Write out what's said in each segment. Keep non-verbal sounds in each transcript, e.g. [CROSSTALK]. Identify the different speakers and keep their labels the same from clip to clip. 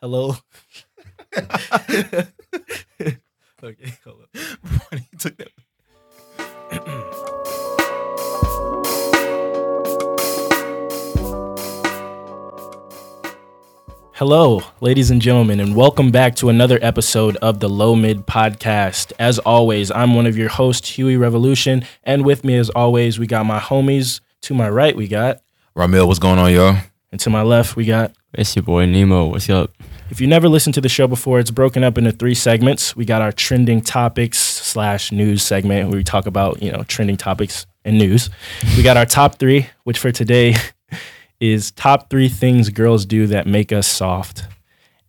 Speaker 1: Hello. okay, hold up.
Speaker 2: Ronnie took that.
Speaker 1: Hello, ladies and gentlemen, and welcome back to another episode of the Low Mid Podcast. As always, I'm one of your hosts, Huey Revolution, and with me, as always, we got my homies. To my right, we got,
Speaker 2: Ramil, what's going on, y'all?
Speaker 1: and to my left, we got.
Speaker 3: It's your boy Nemo. What's up?
Speaker 1: If you never listened to the show before, it's broken up into three segments. We got our trending topics slash news segment where we talk about, you know, trending topics and news. We got our top three, which for today [LAUGHS] is top three things girls do that make us soft.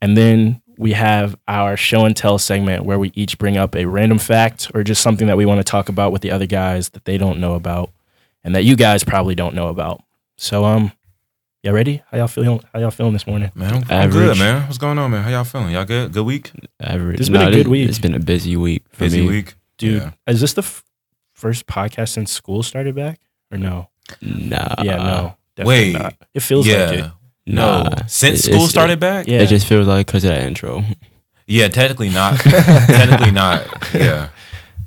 Speaker 1: And then we have our show and tell segment where we each bring up a random fact or just something that we want to talk about with the other guys that they don't know about and that you guys probably don't know about. So um y'all ready? How y'all feeling how y'all feeling this morning?
Speaker 2: Man, I'm, I'm good,
Speaker 3: Average.
Speaker 2: man. What's going on, man? How y'all feeling? Y'all good? Good week?
Speaker 3: Average.
Speaker 1: It's been a
Speaker 3: it-
Speaker 1: good week.
Speaker 3: It's been a busy week for
Speaker 2: Busy
Speaker 3: me.
Speaker 2: week?
Speaker 1: Dude,
Speaker 2: Yeah.
Speaker 1: is this the f- first podcast since school started back? Or no?
Speaker 3: Nah.
Speaker 1: yeah, no.
Speaker 2: Uh, wait.
Speaker 1: not. It feels
Speaker 2: yeah.
Speaker 1: like it.
Speaker 2: No.
Speaker 3: Nah.
Speaker 2: Since
Speaker 3: It-
Speaker 2: school
Speaker 3: it's-
Speaker 2: started back?
Speaker 3: It,
Speaker 1: Yeah.
Speaker 3: it just feels like because of that intro. [LAUGHS]
Speaker 2: Yeah, technically not. [LAUGHS] technically not. Yeah.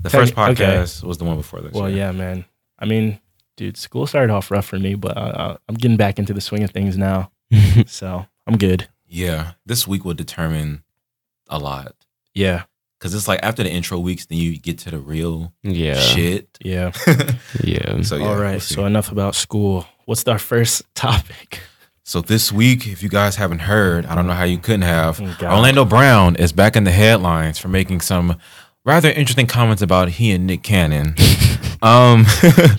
Speaker 2: The
Speaker 1: Tec-
Speaker 2: first
Speaker 1: okay.
Speaker 2: podcast was the one before this.
Speaker 1: well, yeah, man. I mean, dude, school started off rough for me, but uh, I'm getting back into the swing of things now. So I'm good.
Speaker 2: Yeah. This week will determine a lot.
Speaker 1: Yeah.
Speaker 2: Cause it's like after the intro weeks, then you get to the real
Speaker 3: yeah.
Speaker 1: [LAUGHS]
Speaker 2: shit.
Speaker 1: Yeah.
Speaker 3: Yeah.
Speaker 2: so yeah,
Speaker 1: All
Speaker 2: we'll
Speaker 1: right.
Speaker 2: see.
Speaker 1: so enough about school. What's our first [LAUGHS] topic?
Speaker 2: So this week, if you guys haven't heard, I don't know how you couldn't have.
Speaker 1: Oh, God.
Speaker 2: Orlando Brown is back in the headlines for making some rather interesting comments about he and Nick Cannon. um, [LAUGHS]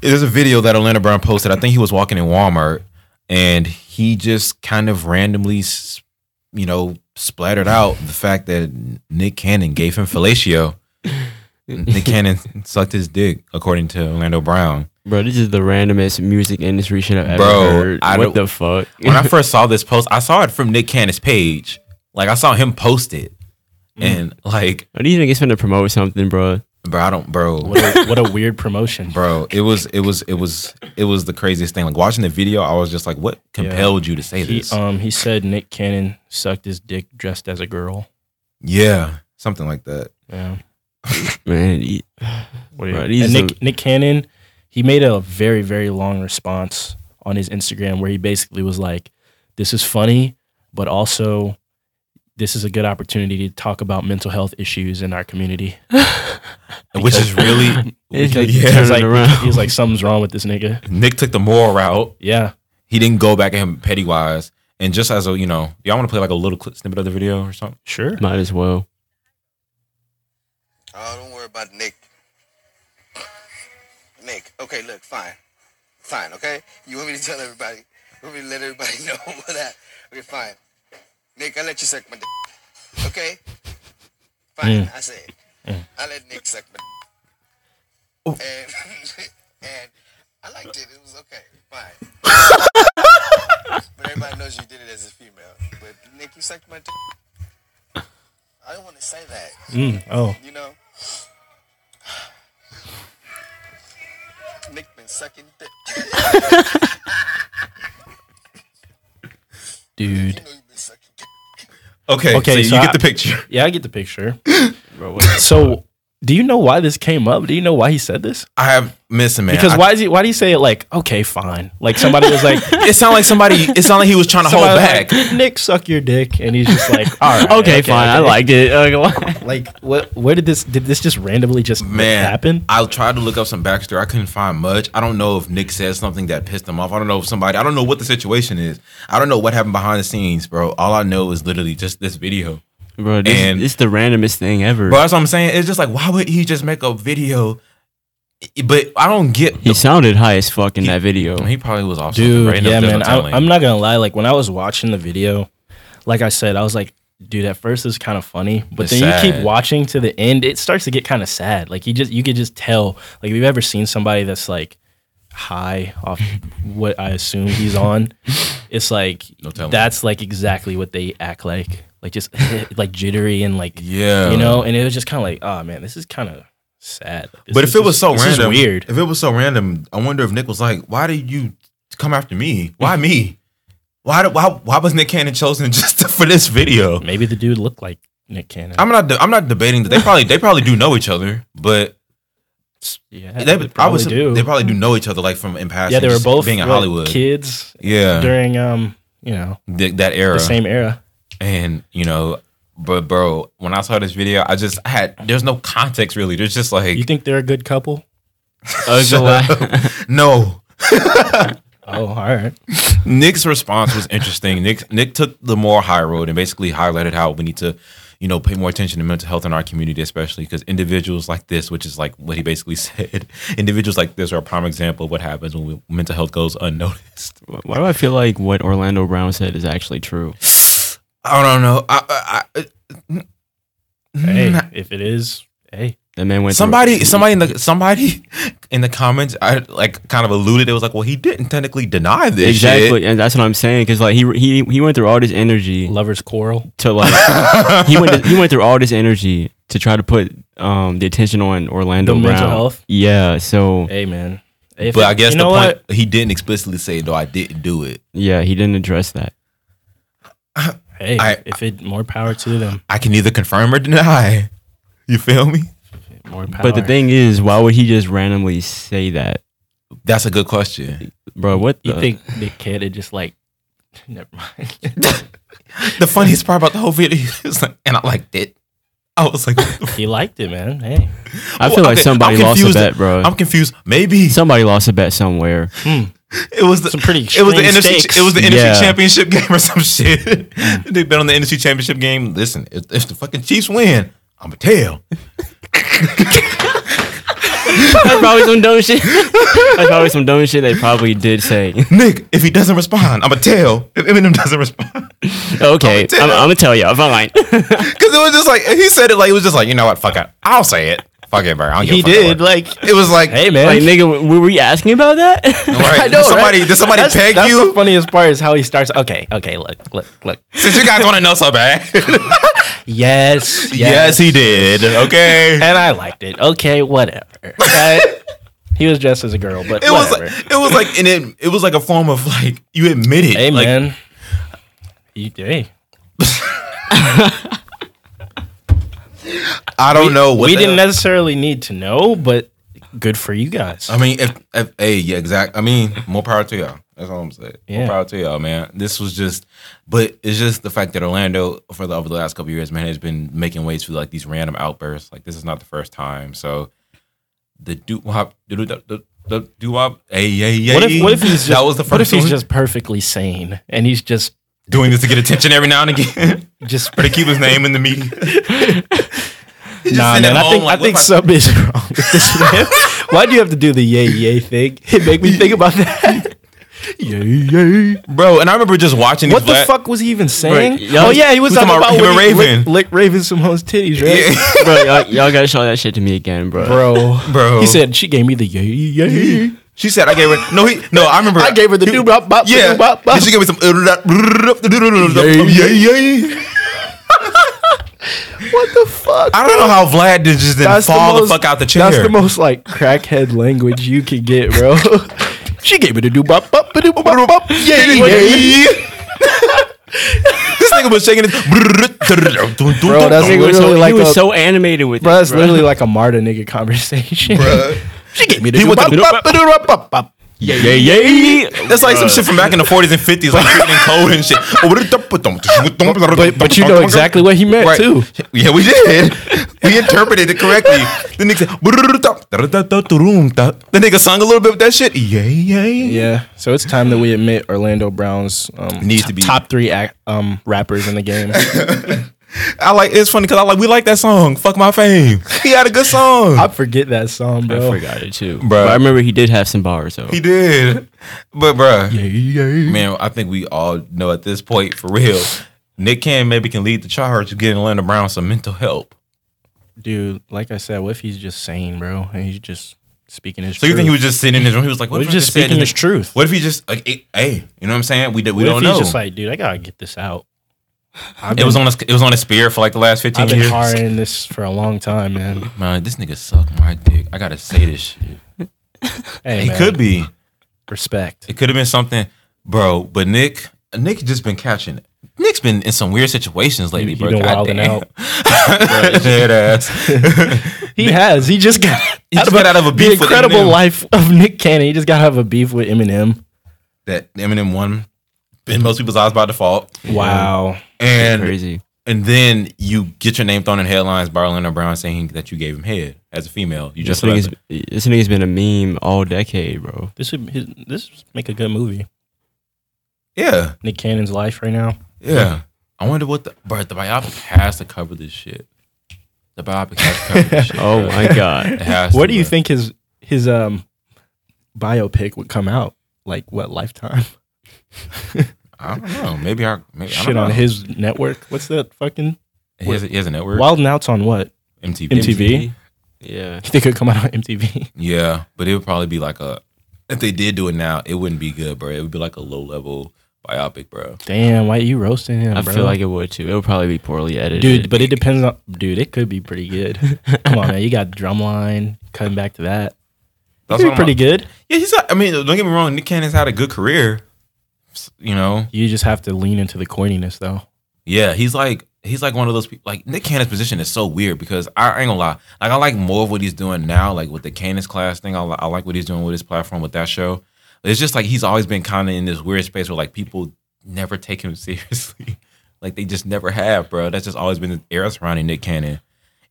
Speaker 2: there's a video that Orlando Brown posted. I think he was walking in Walmart, and he just kind of randomly, s- you know, splattered out the fact that Nick Cannon gave him fellatio. Nick Cannon sucked his dick, according to Orlando Brown.
Speaker 3: Bro, this is the randomest music industry shit I've ever
Speaker 2: Bro,
Speaker 3: heard.
Speaker 2: I
Speaker 3: what
Speaker 2: don't-
Speaker 3: the fuck?
Speaker 2: when
Speaker 3: [LAUGHS]
Speaker 2: I first saw this post, I saw it from Nick Cannon's page. Like I saw him post it, and like,
Speaker 3: What do you think it's finna promote something, bro?
Speaker 2: bro, I don't, bro,
Speaker 1: What a, what a weird promotion.
Speaker 2: [LAUGHS] bro. It was, it was, it was, it was the craziest thing. Like watching the video, I was just like, what compelled you to say
Speaker 1: He,
Speaker 2: this?
Speaker 1: um, he said Nick Cannon sucked his dick dressed as a girl.
Speaker 2: yeah, something like that.
Speaker 1: Yeah.
Speaker 3: Man, he-
Speaker 1: Wait,
Speaker 3: Bro,
Speaker 1: and
Speaker 3: these
Speaker 1: Nick
Speaker 3: are-
Speaker 1: Nick Cannon, he made a very very long response on his Instagram where he basically was like, "This is funny, but also this is a good opportunity to talk about mental health issues in our
Speaker 3: [LAUGHS]
Speaker 1: community."
Speaker 2: Which is really,
Speaker 1: [LAUGHS]
Speaker 3: It's like-
Speaker 2: yeah.
Speaker 1: He was
Speaker 3: Turn
Speaker 1: like,
Speaker 3: it around.
Speaker 1: he was like, "Something's wrong with this nigga."
Speaker 2: Nick took the moral route.
Speaker 1: Yeah,
Speaker 2: He didn't go back at him petty wise. And just as a, you know, y'all want to play like a little clip snippet of the video or something?
Speaker 1: sure.
Speaker 3: might as well.
Speaker 4: Oh, don't worry about Nick. Nick, okay, look, fine. Fine, okay? You want me to tell everybody? You want me to let everybody [LAUGHS] know what that? Okay, fine. Nick, I let you suck my dick. Okay? Fine, I said. I let Nick suck my dick. And, [LAUGHS] and I liked it. It was okay. Fine. but everybody knows you did it as a female. But Nick, you sucked my dick. I don't want to say that
Speaker 1: Mm, oh,
Speaker 4: you know. Nick been sucking dick.
Speaker 1: dude.
Speaker 4: You know you been sucking dick.
Speaker 1: Okay,
Speaker 2: Okay, okay, so
Speaker 1: so
Speaker 2: you
Speaker 1: I-
Speaker 2: get the picture.
Speaker 1: Yeah, I get the
Speaker 3: [COUGHS]
Speaker 1: picture. so, do you know why this came up? Do you know why he said this?
Speaker 2: I have missing man
Speaker 1: Because
Speaker 2: I-
Speaker 1: why is he? Why do you say it like, okay, fine? Like somebody was
Speaker 3: [LAUGHS]
Speaker 1: like,
Speaker 2: [LAUGHS] It sounded like somebody. It sounded like he was trying to hold
Speaker 1: somebody
Speaker 2: back.
Speaker 1: was like, Nick, suck your dick, and he's just like, [LAUGHS] all right,
Speaker 3: Okay, fine. I
Speaker 1: okay." [LAUGHS]
Speaker 3: liked it. Like,
Speaker 1: Like what? Where did this? Did this just randomly just
Speaker 2: Man,
Speaker 1: happen?
Speaker 2: I tried to look up some backstory. I couldn't find much. I don't know if Nick said something that pissed him off. I don't know if somebody. I don't know what the situation is. I don't know what happened behind the scenes, bro. All I know is literally just this video.
Speaker 3: bro, this,
Speaker 2: And-
Speaker 3: this is the randomest thing ever.
Speaker 2: Bro, that's what I'm saying. It's just like, why would he just make a video? But I don't get.
Speaker 3: he sounded high as fuck in
Speaker 2: [LAUGHS]
Speaker 3: that video.
Speaker 2: he probably was off. something,
Speaker 1: Dude,
Speaker 2: bro. Ain't no-
Speaker 1: yeah,
Speaker 2: there's no
Speaker 1: man.
Speaker 2: telling.
Speaker 1: I, I'm not gonna lie. Like when I was watching the video, like I said, I was like, dude, at first it was kind of funny, but
Speaker 2: It's
Speaker 1: then you keep
Speaker 2: sad.
Speaker 1: watching to the end, it starts to get kind of sad. Like you just you could just tell. Like if you've ever seen somebody that's like high off what I assume he's
Speaker 2: [LAUGHS]
Speaker 1: on, it's like
Speaker 2: No telling.
Speaker 1: that's like exactly what they act like. Like just [LAUGHS] like jittery and like
Speaker 2: Yeah,
Speaker 1: you know, and it was just kind of like, oh man, this is kind of sad. This
Speaker 2: But
Speaker 1: is
Speaker 2: if it was
Speaker 1: just-
Speaker 2: so
Speaker 1: this is
Speaker 2: random,
Speaker 1: weird.
Speaker 2: If it was so random, I wonder if Nick was like, "Why did you come after me? Why me? Why, do- why, why was Nick Cannon chosen [LAUGHS] just for this video?
Speaker 1: Maybe the dude looked like Nick Cannon.
Speaker 2: I'm not. de- I'm not debating that they probably they probably do know each other, but
Speaker 1: yeah,
Speaker 2: they,
Speaker 1: they
Speaker 2: I was,
Speaker 1: do.
Speaker 2: They probably do know each other, like from in past.
Speaker 1: yeah, they were
Speaker 2: just
Speaker 1: both
Speaker 2: being in
Speaker 1: like,
Speaker 2: Hollywood.
Speaker 1: kids
Speaker 2: yeah,
Speaker 1: during um, you know,
Speaker 2: th- that era.
Speaker 1: the same era.
Speaker 2: And you know, but bro, when I saw this video, I just I had there's no context really. There's just like
Speaker 1: You think they're a good couple?
Speaker 2: [LAUGHS] no.
Speaker 1: Oh, all right.
Speaker 2: Nick's response was interesting. Nick Nick took the more high road and basically highlighted how we need to, you know, pay more attention to mental health in our community, especially because individuals like this, which is like what he basically [LAUGHS] said, individuals like this are a prime example of what happens when we, mental health goes unnoticed.
Speaker 3: [LAUGHS] Why do I feel like what Orlando Brown said is actually true?
Speaker 2: I don't know. I, I,
Speaker 1: Hey, if it is, hey,
Speaker 3: That man
Speaker 2: I, [LAUGHS]
Speaker 3: went
Speaker 2: somebody somebody in the somebody [LAUGHS] in the comments, I like kind of alluded. It was like, well, he didn't technically deny
Speaker 3: through,
Speaker 2: this.
Speaker 3: exactly,
Speaker 2: shit.
Speaker 3: and that's what I'm saying. Because like he he he went through all this energy
Speaker 1: lovers quarrel.
Speaker 3: to like he went he went through all this energy to try to put um the attention on Orlando
Speaker 1: The
Speaker 3: Brown.
Speaker 1: mental health?
Speaker 3: Yeah, so
Speaker 1: Hey, man. If
Speaker 2: but
Speaker 1: it-
Speaker 2: I guess
Speaker 1: you know
Speaker 2: the point
Speaker 1: what?
Speaker 2: he didn't explicitly say, no, I didn't do it.
Speaker 3: yeah, he didn't address that.
Speaker 1: Hey,
Speaker 2: I-
Speaker 1: if it more power to them,
Speaker 2: I can either confirm or deny. You feel me?
Speaker 1: more power.
Speaker 3: But the thing is, why would he just randomly say that,
Speaker 2: That's a good question.
Speaker 3: bro? What
Speaker 1: you
Speaker 3: the?
Speaker 1: think
Speaker 2: uh,
Speaker 1: Nick Cannon just like, [LAUGHS] never mind.
Speaker 2: The funniest part about the whole video is like, and I liked it. I was like, [LAUGHS]
Speaker 1: he liked it, man. Hey,
Speaker 3: I feel
Speaker 2: well,
Speaker 3: like
Speaker 2: okay,
Speaker 3: somebody
Speaker 2: I'm
Speaker 3: lost a
Speaker 2: confused.
Speaker 3: bet, bro.
Speaker 2: I'm confused. Maybe
Speaker 3: somebody lost a bet somewhere.
Speaker 2: it was the,
Speaker 1: some pretty
Speaker 2: [LAUGHS] it was the
Speaker 1: extreme
Speaker 2: NFC,
Speaker 1: stakes.
Speaker 2: it was the NFC
Speaker 3: Yeah.
Speaker 2: championship game or [LAUGHS] some shit. they bet on the NFC championship game. Listen, if, if the fucking Chiefs win, I'm a tell.
Speaker 3: That's probably some dumb shit. That's probably some dumb shit they probably did say. [LAUGHS]
Speaker 2: Nick, if he doesn't respond, I'm a tell. If Eminem doesn't respond, [LAUGHS]
Speaker 3: Okay,
Speaker 2: I'm-
Speaker 3: I'm, I'm gonna tell y'all. Fine.
Speaker 2: because it was just like he said it like it was just like you know what, fuck it, I'll say it. Fuck it, bro. I don't give
Speaker 1: he
Speaker 2: a fuck
Speaker 1: did.
Speaker 2: about
Speaker 1: Like,
Speaker 2: it. It was like,
Speaker 1: hey, man.
Speaker 3: Like, nigga, were we asking about that?
Speaker 2: [LAUGHS] Right.
Speaker 1: I know,
Speaker 2: did somebody,
Speaker 1: right?
Speaker 2: did somebody
Speaker 1: that's,
Speaker 2: peg
Speaker 1: that's
Speaker 2: you?
Speaker 1: the funniest part is how he starts. Okay, okay, look, look, look.
Speaker 2: Since you guys want to know so bad.
Speaker 1: [LAUGHS]
Speaker 2: yes.
Speaker 1: Yes, yes,
Speaker 2: he did. Okay.
Speaker 1: and I liked it. Okay, whatever.
Speaker 2: [LAUGHS]
Speaker 1: Right? he was dressed as a girl, but
Speaker 2: it was
Speaker 1: whatever.
Speaker 2: like, it was like, and it, it was like a form of like, you admit it.
Speaker 1: hey,
Speaker 2: like,
Speaker 1: man. You, hey,
Speaker 2: I don't know what
Speaker 1: we
Speaker 2: the-
Speaker 1: didn't necessarily need to know, but good for you guys.
Speaker 2: I mean, if, if, hey, yeah, exact. I mean, more power to y'all. That's all I'm saying.
Speaker 1: Yeah.
Speaker 2: More power to y'all, man. This was just, but it's just the fact that Orlando for the over the last couple of years, man, has been making waves for like these random outbursts. Like this is not the first time. So the doo wop, the the the doo wop. Hey, hey, hey.
Speaker 1: What if, what if he's just,
Speaker 2: that was the
Speaker 1: what if
Speaker 2: first
Speaker 1: he's
Speaker 2: one?
Speaker 1: just perfectly sane and he's just
Speaker 2: doing this to get attention every now and again, [LAUGHS]
Speaker 1: just
Speaker 2: or to keep his name in the media. Just
Speaker 1: nah,
Speaker 2: send
Speaker 1: man.
Speaker 2: it
Speaker 1: I
Speaker 2: home,
Speaker 1: think
Speaker 2: like,
Speaker 1: I think
Speaker 2: what if
Speaker 1: something is [LAUGHS] wrong with this man. Why do you have to do the yay yay thing? It make me think about
Speaker 2: [LAUGHS]
Speaker 1: that. yay yay.
Speaker 2: bro. And I remember just watching.
Speaker 1: What
Speaker 2: these
Speaker 1: the
Speaker 2: black-
Speaker 1: fuck was he even saying?
Speaker 3: Right, yeah,
Speaker 1: oh yeah, he was
Speaker 2: he was
Speaker 1: talking about,
Speaker 2: talking about
Speaker 1: when
Speaker 2: him
Speaker 1: he
Speaker 2: and
Speaker 1: licked- licked Raven Simone's titties, right?
Speaker 2: Yeah,
Speaker 3: [LAUGHS] bro, y'all, y'all gotta show that shit to me again, bro.
Speaker 1: Bro,
Speaker 2: Bro.
Speaker 1: He said she gave me the yay yay.
Speaker 2: she said I gave her. No, he. No, I remember.
Speaker 1: I gave her the doo bop bop
Speaker 2: Yeah,
Speaker 1: doo bop bop.
Speaker 2: Then she gave me some. uh, Yeah, yeah, yeah.
Speaker 1: [LAUGHS] What the fuck?
Speaker 2: I don't know how Vlad did just didn't
Speaker 1: That's
Speaker 2: fall the,
Speaker 1: most-
Speaker 2: fuck out the chair.
Speaker 1: That's the most like crackhead language you can get, bro. [LAUGHS] she gave me the doo bop bop doo bop bop.
Speaker 2: [LAUGHS] Yeah,
Speaker 1: Yay
Speaker 2: yeah,
Speaker 1: yay.
Speaker 2: yeah. [LAUGHS] This nigga was shaking his.
Speaker 1: Bro, that's
Speaker 3: He was,
Speaker 1: literally
Speaker 3: so, he
Speaker 1: like
Speaker 3: was
Speaker 1: a-
Speaker 3: so animated with
Speaker 1: Bro,
Speaker 3: it,
Speaker 1: that's
Speaker 3: bro.
Speaker 1: literally like a martyr nigga conversation. She gave me the
Speaker 2: He went to the-
Speaker 1: doo-bop-bop-ba-doo-bop-bop-bop.
Speaker 3: yeah, yeah.
Speaker 2: That's like some shit from back in the 40s and
Speaker 1: [LAUGHS]
Speaker 2: 50s, like shooting cold and shit. Oh,
Speaker 1: But, but you know exactly what he meant
Speaker 2: Right.
Speaker 1: too.
Speaker 2: Yeah, we did. We interpreted it correctly. The nigga said, the nigga sung a little bit with that shit. Yeah, yeah, yeah.
Speaker 1: [LAUGHS] Yeah. So it's time that we admit Orlando Brown's um,
Speaker 2: Needs
Speaker 1: t-
Speaker 2: to be-
Speaker 1: top three ac- um, rappers in the [LAUGHS] game.
Speaker 2: I like it's funny because I like we like that song. Fuck my fame. He had a good song.
Speaker 1: I forget that song, bro.
Speaker 3: I forgot it too, bro. But I remember he did have some bars though.
Speaker 2: he did. But bruh,
Speaker 1: Yeah, yeah.
Speaker 2: man, I think we all know at this point for real. Nick Cannon maybe can lead the charge of getting Orlando Brown some mental help.
Speaker 1: Dude, like I said, what if he's just sane, bro? And he's just speaking his
Speaker 2: So you
Speaker 1: truth.
Speaker 2: think he was just sitting in his room? He was like, "What
Speaker 1: What
Speaker 2: if
Speaker 1: if
Speaker 2: I
Speaker 1: just
Speaker 2: said
Speaker 1: speaking
Speaker 2: this-
Speaker 1: his truth?
Speaker 2: What if he just like, eh, hey, you know what I'm saying? We did, we
Speaker 1: What
Speaker 2: don't
Speaker 1: if
Speaker 2: know.
Speaker 1: he's just like, dude, I gotta get this out. I've
Speaker 2: it was on his it was on his spear for like the last 15
Speaker 1: I've been
Speaker 2: years.
Speaker 1: hard in this for a long time, man.
Speaker 2: Man, this nigga suck my dick. I gotta say this shit.
Speaker 1: Hey,
Speaker 2: It
Speaker 1: man,
Speaker 2: could be.
Speaker 1: respect.
Speaker 2: It could have been something, bro. But Nick, Nick just been catching. Nick's been in some weird situations lately,
Speaker 1: he
Speaker 2: bro.
Speaker 1: been
Speaker 2: Goddamn.
Speaker 1: wilding
Speaker 2: [LAUGHS]
Speaker 1: out. [LAUGHS]
Speaker 2: Dead ass.
Speaker 1: He has. He just got [LAUGHS]
Speaker 2: He just got out of a beef
Speaker 1: the
Speaker 2: with
Speaker 1: incredible
Speaker 2: Eminem.
Speaker 1: life of Nick Cannon. He just got out of a beef with Eminem.
Speaker 2: That Eminem won in most people's eyes by default,
Speaker 1: Wow.
Speaker 2: and
Speaker 3: Crazy.
Speaker 2: and then you get your name thrown in headlines by Orlando Brown saying that you gave him head as a female. You
Speaker 3: This
Speaker 2: just
Speaker 3: nigga's, this nigga's been a meme all decade, bro.
Speaker 1: This would his, this would make a good movie.
Speaker 2: yeah,
Speaker 1: Nick Cannon's life right now.
Speaker 2: yeah. I wonder what the bro. The biopic has to cover this shit. The biopic has to cover
Speaker 1: [LAUGHS]
Speaker 2: this shit.
Speaker 3: Oh
Speaker 2: bro.
Speaker 3: my god.
Speaker 2: It has
Speaker 1: What
Speaker 2: to,
Speaker 1: do you
Speaker 2: bro.
Speaker 1: think his his um biopic would come out? Like what lifetime?
Speaker 2: I don't know. Maybe our maybe, I
Speaker 1: Shit
Speaker 2: don't
Speaker 1: on
Speaker 2: know.
Speaker 1: his network. What's that fucking
Speaker 2: He has, he has a network.
Speaker 1: Wild and Out's on what? [LAUGHS]
Speaker 2: MTV.
Speaker 1: MTV.
Speaker 3: Yeah.
Speaker 1: You think it would come out on MTV?
Speaker 2: Yeah, but it would probably be like a. If they did do it now, it wouldn't be good, bro. It would be like a low level biopic, bro.
Speaker 1: Damn, why you roasting him?
Speaker 3: I
Speaker 1: bro?
Speaker 3: feel like it would too. It would probably be poorly edited.
Speaker 1: dude, but it depends on dude. It could be pretty
Speaker 2: [LAUGHS]
Speaker 1: good. come on, man. You got drumline. Cutting back to that.
Speaker 2: That's
Speaker 1: It'd be
Speaker 2: what I'm
Speaker 1: pretty
Speaker 2: like-
Speaker 1: good.
Speaker 2: Yeah, he's. Not, I mean, don't get me wrong. Nick Cannon's had a good career. S- You know.
Speaker 1: You just have to lean into the corniness though.
Speaker 2: Yeah, he's like he's like one of those people. Like Nick Cannon's position is so weird because I, I ain't gonna lie. Like I like more of what he's doing now, like with the Cannon's class thing. I, li- I like what he's doing with his platform with that show. It's just like he's always been kind of in this weird space where like people never take him [LAUGHS] seriously. like they just never have, bro. That's just always been the era surrounding Nick Cannon.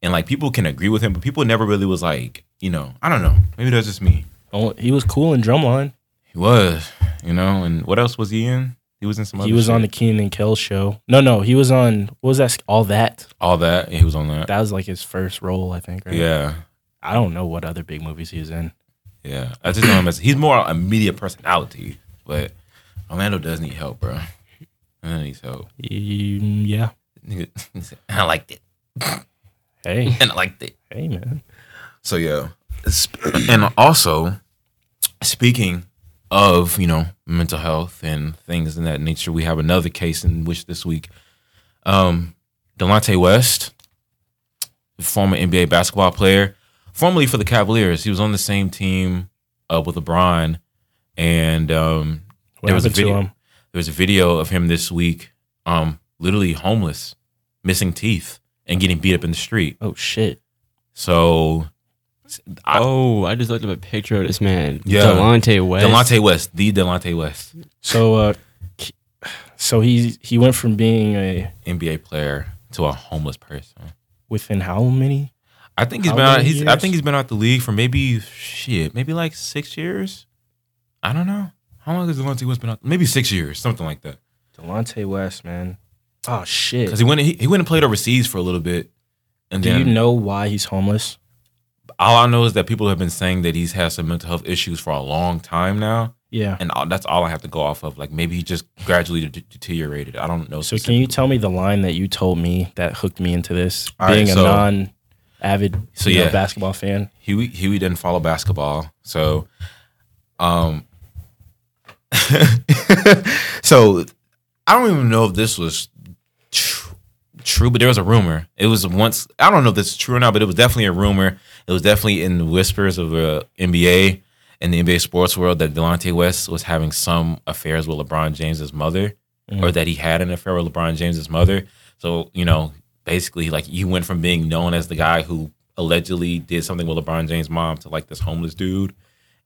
Speaker 2: And like people can agree with him, but people never really was like, you know, I don't know. Maybe that's just me.
Speaker 1: Oh, he was cool in drumline.
Speaker 2: He was, you know, and what else was he in? He was in some other
Speaker 1: He was on the
Speaker 2: shit.
Speaker 1: Keenan and Kel show. No, no, he was on what was that? All that.
Speaker 2: all that. Yeah, he was on that.
Speaker 1: That was like his first role, I think. Right?
Speaker 2: yeah.
Speaker 1: I don't know what other big movies he was in.
Speaker 2: Yeah, I just know him as he's more a media personality, but Orlando does need help, bro. Orlando needs help.
Speaker 1: Mm, yeah.
Speaker 2: Nigga, [LAUGHS] I liked it, [LAUGHS]
Speaker 1: Hey,
Speaker 2: and I liked it.
Speaker 1: hey, man.
Speaker 2: So yeah, [CLEARS THROAT] Sp- and also speaking of you know mental health and things in that nature, we have another case in which this week, um, Delonte West, former NBA basketball player, formerly for the Cavaliers, he was on the same team uh, with LeBron, and um,
Speaker 1: What
Speaker 2: There was a
Speaker 1: happened to
Speaker 2: video.
Speaker 1: him?
Speaker 2: there was a video of him this week, um, literally homeless, missing teeth, and getting beat up in the street.
Speaker 1: Oh shit.
Speaker 2: So, I,
Speaker 3: oh, [LAUGHS] I just looked up a picture of this man.
Speaker 2: Yeah.
Speaker 3: Delonte West.
Speaker 2: Delonte West, the Delonte West,
Speaker 1: So, uh, k- so he he went from being a
Speaker 2: NBA player, to a homeless person.
Speaker 1: within how many?
Speaker 2: I think he's
Speaker 1: How
Speaker 2: been out,
Speaker 1: many
Speaker 2: he's, I
Speaker 1: years?
Speaker 2: think he's been out the league for maybe shit, maybe like six years. I don't know how long has Delonte West been out? Maybe six years, something like that.
Speaker 1: Delonte West, man. Oh shit.
Speaker 2: Because he went he, he went and played overseas for a little bit, and
Speaker 1: Do
Speaker 2: then
Speaker 1: you know why he's homeless?
Speaker 2: all I know is that people have been saying that he's had some mental health issues for a long time now.
Speaker 1: Yeah.
Speaker 2: and all, that's all I have to go off of. Like maybe he just gradually de- deteriorated. I don't know.
Speaker 1: So can you
Speaker 2: specifically.
Speaker 1: tell me the line that you told me that hooked me into this?
Speaker 2: All right,
Speaker 1: Being
Speaker 2: so-
Speaker 1: a non avid
Speaker 2: So yeah.
Speaker 1: basketball fan.
Speaker 2: Huey Huey didn't follow basketball, so um, [LAUGHS] so I don't even know if this was tr- true, but there was a rumor. It was once I don't know if this is true or not, but it was definitely a rumor. It was definitely in the whispers of uh, NBA and the NBA sports world that Delonte West was having some affairs with LeBron James's mother.
Speaker 1: Mm.
Speaker 2: or that he had an affair with LeBron James's mother. So you know, basically, like you went from being known as the guy who allegedly did something with LeBron James' mom to like this homeless dude,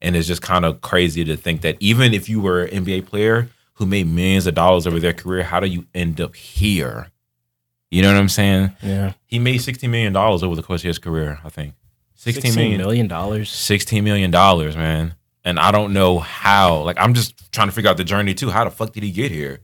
Speaker 2: and it's just kind of crazy to think that even if you were an NBA player who made millions of dollars over their career, how do you end up here? You know what I'm saying?
Speaker 1: Yeah.
Speaker 2: He made 16 million dollars over the course of his career, I think. 16
Speaker 1: $16
Speaker 2: million
Speaker 1: million dollars.
Speaker 2: 16 million dollars, man. And I don't know how. Like I'm just trying to figure out the journey too. How the fuck did he get here?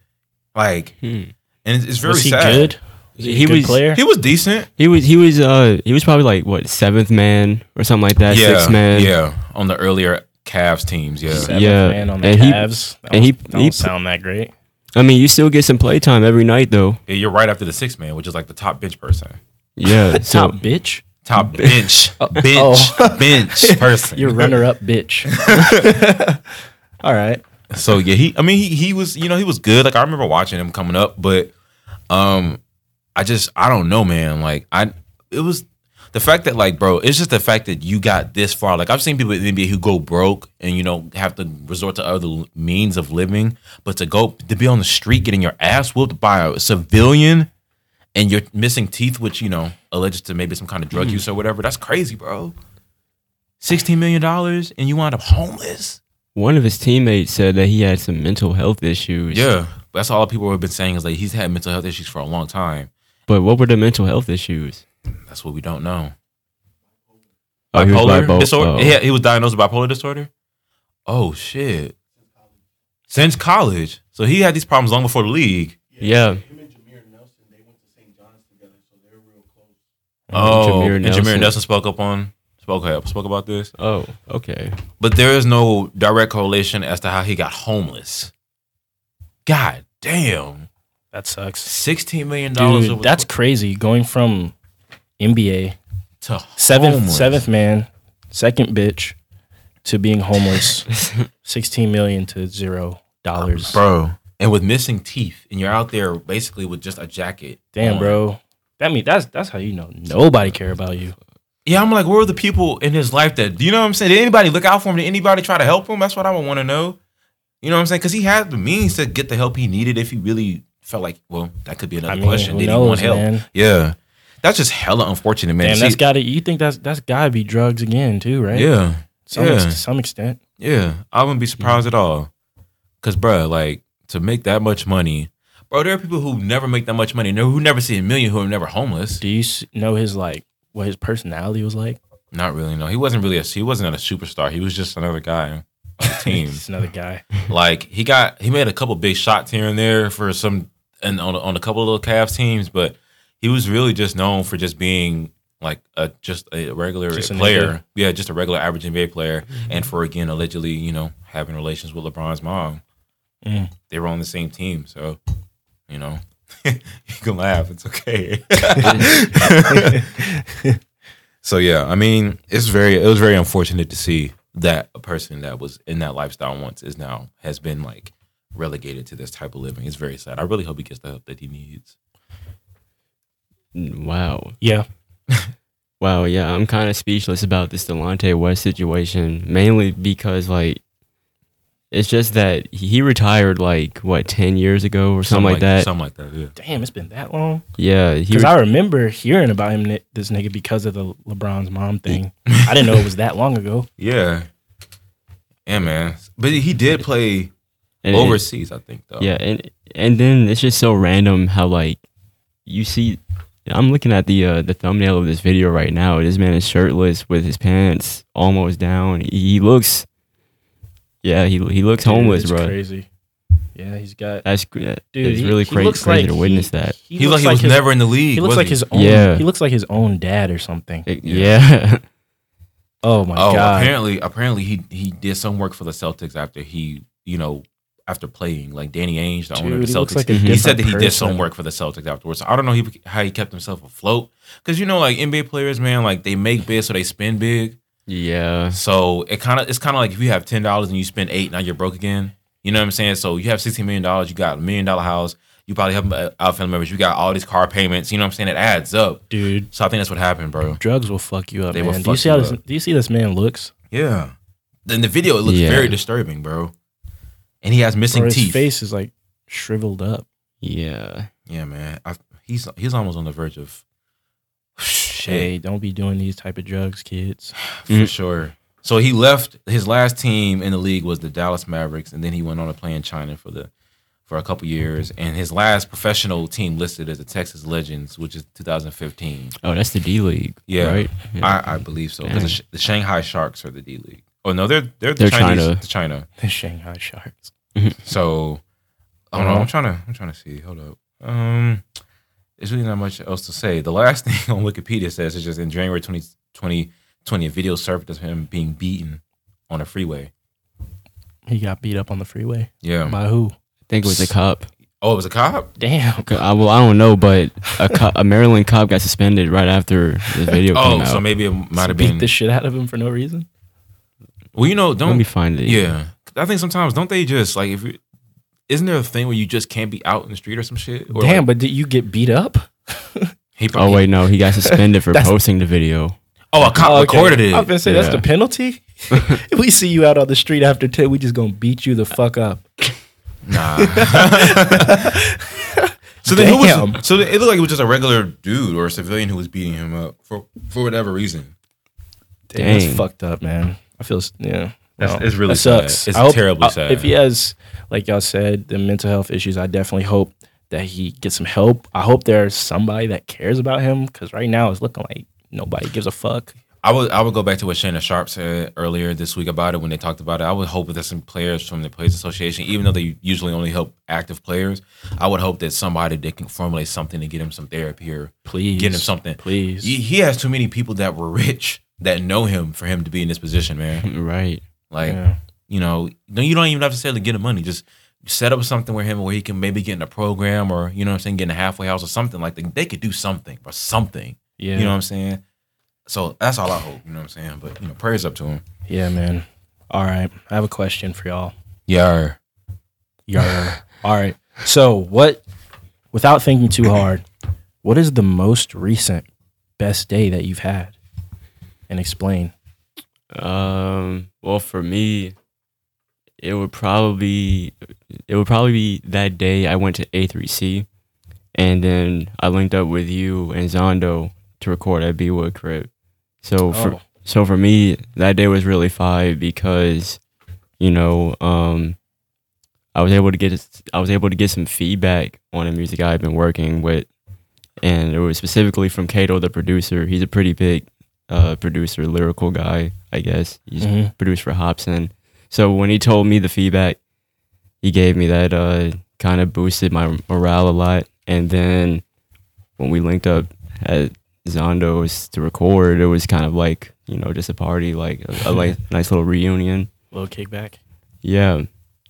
Speaker 2: Like
Speaker 3: Hmm.
Speaker 2: and it's, it's very
Speaker 1: Was he
Speaker 2: sad.
Speaker 1: good? Was he, a
Speaker 3: He
Speaker 1: good
Speaker 3: was-
Speaker 1: player?
Speaker 2: He was decent.
Speaker 3: He was he was uh he was probably like what seventh man or something like that.
Speaker 2: yeah,
Speaker 3: sixth man.
Speaker 2: yeah. On the earlier Cavs teams, yeah.
Speaker 1: Seventh
Speaker 3: yeah,
Speaker 1: man on the
Speaker 3: and he-
Speaker 1: Cavs. That
Speaker 3: and he-
Speaker 1: don't- that don't
Speaker 3: he-
Speaker 1: sound that great.
Speaker 3: I mean, you still get some playtime every night though.
Speaker 2: Yeah, You're right after the six man, which is like the top bench person, [LAUGHS]
Speaker 3: Yeah.
Speaker 1: Top
Speaker 3: So
Speaker 1: bitch.
Speaker 2: top bench, bench,
Speaker 1: oh.
Speaker 2: bench person.
Speaker 1: Your runner up
Speaker 2: [LAUGHS]
Speaker 1: bitch. All right.
Speaker 2: So yeah, he. I mean, he he was you know he was good. Like I remember watching him coming up, but um, I just I don't know, man. Like I it was the fact that like, bro, it's just the fact that you got this far. Like I've seen people in the NBA who go broke and you know have to resort to other l- means of living, but to go to be on the street getting your ass whooped by a civilian and you're missing teeth, which you know alleged to maybe some kind of drug use or whatever. That's crazy, bro. Sixteen million dollars and you wind up homeless.
Speaker 3: One of his teammates said that he had some mental health issues.
Speaker 2: Yeah, that's all people have been saying is like he's had mental health issues for a long time.
Speaker 3: But what were the mental health issues?
Speaker 2: That's what we don't know.
Speaker 3: Oh, he was
Speaker 2: bipolar
Speaker 3: bipo-
Speaker 2: disorder.
Speaker 3: oh.
Speaker 2: Yeah, he was diagnosed with bipolar disorder. Oh shit! Since college, so he had these problems long before the league.
Speaker 3: Yeah.
Speaker 2: Oh,
Speaker 3: Jameer
Speaker 2: and Jameer
Speaker 3: Nelson.
Speaker 2: Nelson spoke up on spoke up spoke about this,
Speaker 3: Oh, okay.
Speaker 2: but there is no direct correlation as to how he got homeless. God damn,
Speaker 1: That sucks.
Speaker 2: sixteen million dollars.
Speaker 1: Dude, that's crazy. Going from NBA
Speaker 2: to
Speaker 1: seventh
Speaker 2: homeless.
Speaker 1: seventh man, second bitch, to being homeless,
Speaker 2: [LAUGHS]
Speaker 1: sixteen million to zero dollars.
Speaker 2: bro, and with missing teeth, and you're out there basically with just a jacket.
Speaker 1: Damn,
Speaker 2: on.
Speaker 1: bro. That mean that's that's how you know nobody care about you.
Speaker 2: Yeah, I'm like, where are the people in his life that you know what I'm saying? Did anybody look out for him? Did anybody try to help him? That's what I would want to know. You know what I'm saying? Because he had the means to get the help he needed if he really felt like. Well, that could be another
Speaker 1: I mean,
Speaker 2: question.
Speaker 1: who
Speaker 2: Did he
Speaker 1: knows,
Speaker 2: want help?
Speaker 1: man?
Speaker 2: Yeah, that's just hella unfortunate, man.
Speaker 1: Damn,
Speaker 2: See-
Speaker 1: that's got to. You think that's that's got to be drugs again, too, right?
Speaker 2: yeah,
Speaker 1: some
Speaker 2: yeah.
Speaker 1: Ex- to some extent.
Speaker 2: yeah. I wouldn't be surprised at all. Cause, bro, like to make that much money, bro. There are people who never make that much money, no- who never see a million, who are never homeless.
Speaker 1: Do you s- know his like what his personality was like?
Speaker 2: Not really. No, he wasn't really a. He wasn't a superstar. He was just another guy on the team.
Speaker 1: He's another guy.
Speaker 2: Like he got he made a couple big shots here and there for some and on on a couple of little Cavs teams, but he was really just known for just being like a just a regular
Speaker 1: Just an
Speaker 2: player. Yeah, just a regular average NBA player,
Speaker 1: Mm-hmm.
Speaker 2: and for again allegedly you know having relations with LeBron's mom.
Speaker 1: Mm.
Speaker 2: They were on the same team, so you know [LAUGHS] you can laugh. It's okay.
Speaker 1: [LAUGHS]
Speaker 2: [LAUGHS] so yeah, I mean, it's very it was very unfortunate to see that a person that was in that lifestyle once is now has been like relegated to this type of living. It's very sad. I really hope he gets the help that he needs.
Speaker 3: Wow.
Speaker 1: Yeah,
Speaker 3: Wow. Yeah. I'm kind of speechless about this Delonte West situation, mainly because, like, it's just that he retired, like, what, 10 years ago or something, like that?
Speaker 2: Something like that. Yeah.
Speaker 1: damn, it's been that long.
Speaker 3: Yeah. He
Speaker 1: Because
Speaker 3: re-
Speaker 1: I remember hearing about him, ni- this nigga, because of the LeBron's mom thing. I didn't know it was that long
Speaker 3: [LAUGHS]
Speaker 1: ago.
Speaker 2: Yeah. Yeah, man. But he did play
Speaker 3: and it-
Speaker 2: overseas, I think, though.
Speaker 3: yeah. And, and then it's just so random how, like, you see. I'm looking at the uh, the thumbnail of this video right now. This man is shirtless with his pants almost down. He, he looks, yeah, he he looks homeless,
Speaker 1: Dude, it's
Speaker 3: bro.
Speaker 1: Crazy. Yeah, he's got.
Speaker 3: That's cr- that-
Speaker 1: Dude,
Speaker 3: it's
Speaker 1: he-
Speaker 3: really
Speaker 1: he
Speaker 3: crazy,
Speaker 1: looks
Speaker 3: crazy
Speaker 1: like
Speaker 3: to witness that.
Speaker 1: He,
Speaker 2: He, looked like he was
Speaker 1: his,
Speaker 2: never in the league.
Speaker 1: He looks
Speaker 2: was
Speaker 1: like his own.
Speaker 3: Yeah.
Speaker 1: He looks like his own dad or something. [LAUGHS]
Speaker 3: It- yeah.
Speaker 1: Oh my
Speaker 2: Oh,
Speaker 1: god.
Speaker 2: apparently, apparently he he did some work for the Celtics after he, you know, after playing like Danny Ainge, the owner of
Speaker 1: Dude,
Speaker 2: the
Speaker 1: he looks
Speaker 2: Celtics.
Speaker 1: like a
Speaker 3: Mhm.
Speaker 2: he said that he
Speaker 1: different
Speaker 2: did some
Speaker 1: person.
Speaker 2: work for the Celtics afterwards. I don't know he, how he kept himself afloat because you know, like NBA players, man, like they make big, so they spend big.
Speaker 3: yeah.
Speaker 2: So it kind of it's kind of like if you have ten dollars and you spend eight, now you're broke again. You know what I'm saying? So you have sixteen million dollars, you got a million dollar house, you probably have uh, out family members, you got all these car payments. You know what I'm saying? It adds up.
Speaker 1: Dude,
Speaker 2: So I think that's what happened, bro.
Speaker 1: drugs will fuck you up,
Speaker 2: They will
Speaker 1: man. Do you
Speaker 2: fuck
Speaker 1: see how
Speaker 2: you
Speaker 1: this?
Speaker 2: up.
Speaker 1: Do you see this man looks?
Speaker 2: Yeah. In the video, it looks
Speaker 3: Yeah.
Speaker 2: very disturbing, bro. And he has missing
Speaker 1: Or his
Speaker 2: teeth.
Speaker 1: face is like shriveled up.
Speaker 3: Yeah.
Speaker 2: Yeah, man. I, he's he's almost on the verge of [SIGHS] shit.
Speaker 1: Hey, don't be doing these type of drugs, kids. [LAUGHS]
Speaker 2: for
Speaker 3: Mm.
Speaker 2: sure. So he left his last team in the league was the Dallas Mavericks, and then he went on to play in China for the for a couple years. And his last professional team listed as the Texas Legends, which is 2015.
Speaker 3: Oh, that's the D League.
Speaker 2: Yeah.
Speaker 3: Right.
Speaker 2: I, I believe so because the,
Speaker 3: Dang.
Speaker 2: Sh- the Shanghai Sharks are the D League. Oh no, they're they're the
Speaker 3: They're
Speaker 2: Chinese
Speaker 3: China.
Speaker 2: the China.
Speaker 1: The Shanghai Sharks.
Speaker 2: So I don't know.
Speaker 1: Uh-huh.
Speaker 2: I'm trying to I'm trying to see. Hold up. Um, there's really not much else to say. The last [LAUGHS] thing on Wikipedia says is just in January 2020, 20, a video surfaced of him being beaten on a freeway.
Speaker 1: He got beat up on the freeway.
Speaker 2: Yeah.
Speaker 1: By who?
Speaker 3: I think it was a cop.
Speaker 2: Oh, it was a cop.
Speaker 1: Damn.
Speaker 3: C- I, well, I don't know, but a, co- a Maryland cop got suspended right after the
Speaker 1: [LAUGHS]
Speaker 3: video came
Speaker 2: Oh,
Speaker 3: out.
Speaker 2: so maybe it might have
Speaker 1: beat
Speaker 2: been.
Speaker 1: the shit out of him for no reason.
Speaker 2: well, you know,
Speaker 3: Let
Speaker 2: don't.
Speaker 3: me find it.
Speaker 2: yeah, I think sometimes don't they just like if you. Isn't there a thing where you just can't be out in the street or some shit? Or
Speaker 1: Damn,
Speaker 2: like-
Speaker 1: but did you get beat up?
Speaker 2: He
Speaker 3: Oh
Speaker 2: probably,
Speaker 3: wait, no, he got suspended for posting the video.
Speaker 2: oh, a cop
Speaker 1: Oh, okay.
Speaker 2: recorded
Speaker 1: I was
Speaker 2: it.
Speaker 1: gonna say that's
Speaker 3: Yeah.
Speaker 1: the
Speaker 2: [LAUGHS]
Speaker 1: penalty. if we see you out on the street after ten, we just gonna beat you the fuck up.
Speaker 2: Nah. so then who
Speaker 1: Damn.
Speaker 2: was? So it looked like it was just a regular dude or a civilian who was beating him up for for whatever reason.
Speaker 1: Damn, that's
Speaker 3: Dang.
Speaker 1: fucked up, man. I feel s- yeah.
Speaker 2: That's-
Speaker 1: No,
Speaker 2: it's really
Speaker 1: that sucks.
Speaker 2: sad. It's
Speaker 1: I hope-
Speaker 2: terribly
Speaker 1: I-
Speaker 2: sad.
Speaker 1: If he has, like y'all said, the mental health issues, I definitely hope that he gets some help. I hope there's somebody that cares about him because right now it's looking like nobody gives a fuck.
Speaker 2: I would I would go back to what Shannon Sharp said earlier this week about it when they talked about it. I would hope that some players from the Players Association, even though they usually only help active players, I would hope that somebody they can formulate something to get him some therapy or
Speaker 1: Please,
Speaker 2: get him something.
Speaker 1: Please,
Speaker 2: He, he has too many people that were rich that know him for him to be in this position, [LAUGHS] man.
Speaker 3: Right.
Speaker 2: Like
Speaker 1: Yeah.
Speaker 2: you know, no, you don't even have to necessarily get him money. Just set up something with him where he can maybe get in a program or you know what I'm saying, get in a halfway house or something like that. They could do something or something.
Speaker 1: yeah,
Speaker 2: You know what I'm saying? So that's all I hope. You know what I'm saying? But you know, prayers up to him.
Speaker 1: yeah, man. All right, I have a question for y'all.
Speaker 2: Yeah.
Speaker 1: Yar. [LAUGHS] All right. So, what, without thinking too hard, what is the most recent best day that you've had? And explain.
Speaker 3: Um. Well, for me, it would probably it would probably be that day I went to A3C, and then I linked up with you and Zondo to record at B Wood Crib. So for
Speaker 1: Oh.
Speaker 3: so for me, that day was really fire because, you know, um, I was able to get I was able to get some feedback on the music I had been working with, and it was specifically from Kato, the producer. He's a pretty big uh, producer, lyrical guy, I guess. He's
Speaker 1: Mhm.
Speaker 3: produced for Hobson. So when he told me the feedback he gave me, that uh, kind of boosted my morale a lot. And then when we linked up at Zondo's to record, it was kind of like you know just a party, like a,
Speaker 1: [LAUGHS]
Speaker 3: a like, nice little reunion.
Speaker 1: little kickback.
Speaker 3: Yeah.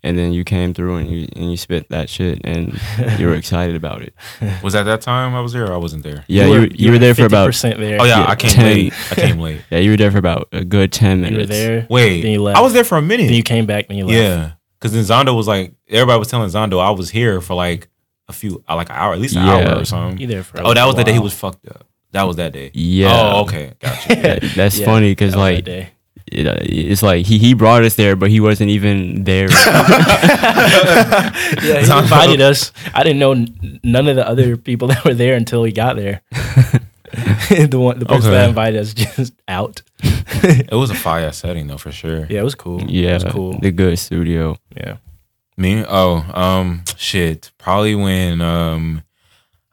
Speaker 3: And then you came through and you and you spit that shit and you
Speaker 1: [LAUGHS]
Speaker 3: were excited about it.
Speaker 2: Was that that time I was there or I wasn't there?
Speaker 3: Yeah, you were, you, were there for about
Speaker 1: percent there.
Speaker 2: Oh yeah,
Speaker 3: Yeah,
Speaker 2: I came [LAUGHS]
Speaker 3: 10.
Speaker 2: late. I came late.
Speaker 3: yeah you were there for about a good ten minutes.
Speaker 1: you were there.
Speaker 2: Wait.
Speaker 1: Then you left.
Speaker 2: I was there for a minute.
Speaker 1: Then you came back. Then you left.
Speaker 2: yeah. Cause then Zondo was like everybody was telling Zondo I was here for like a few uh, like an hour, at least an
Speaker 3: Yeah.
Speaker 2: hour or something.
Speaker 1: You there for? a
Speaker 2: Oh, that was the day he
Speaker 1: while.
Speaker 2: was fucked up. That was that day.
Speaker 3: Yeah.
Speaker 2: Oh, okay. Gotcha.
Speaker 3: Yeah, that's
Speaker 1: Yeah,
Speaker 3: funny 'cause funny because
Speaker 1: That was that
Speaker 2: [LAUGHS]
Speaker 3: like
Speaker 1: day.
Speaker 3: it, uh, it's like he, he brought us there, but he wasn't
Speaker 1: [LAUGHS]
Speaker 3: even there.
Speaker 1: Yeah, he
Speaker 2: Zondo.
Speaker 1: invited us. I didn't know n- none of the other people [LAUGHS] that were there until we got
Speaker 2: [LAUGHS]
Speaker 1: there. [LAUGHS] the one, the person
Speaker 2: Okay.
Speaker 1: that invited us just
Speaker 2: [LAUGHS]
Speaker 1: out.
Speaker 2: It was a fire setting though for sure.
Speaker 1: [LAUGHS] Yeah, it was cool.
Speaker 3: yeah,
Speaker 1: it was cool.
Speaker 3: the good studio.
Speaker 1: Yeah, [LAUGHS]
Speaker 2: Me? Oh, um, shit. Probably when um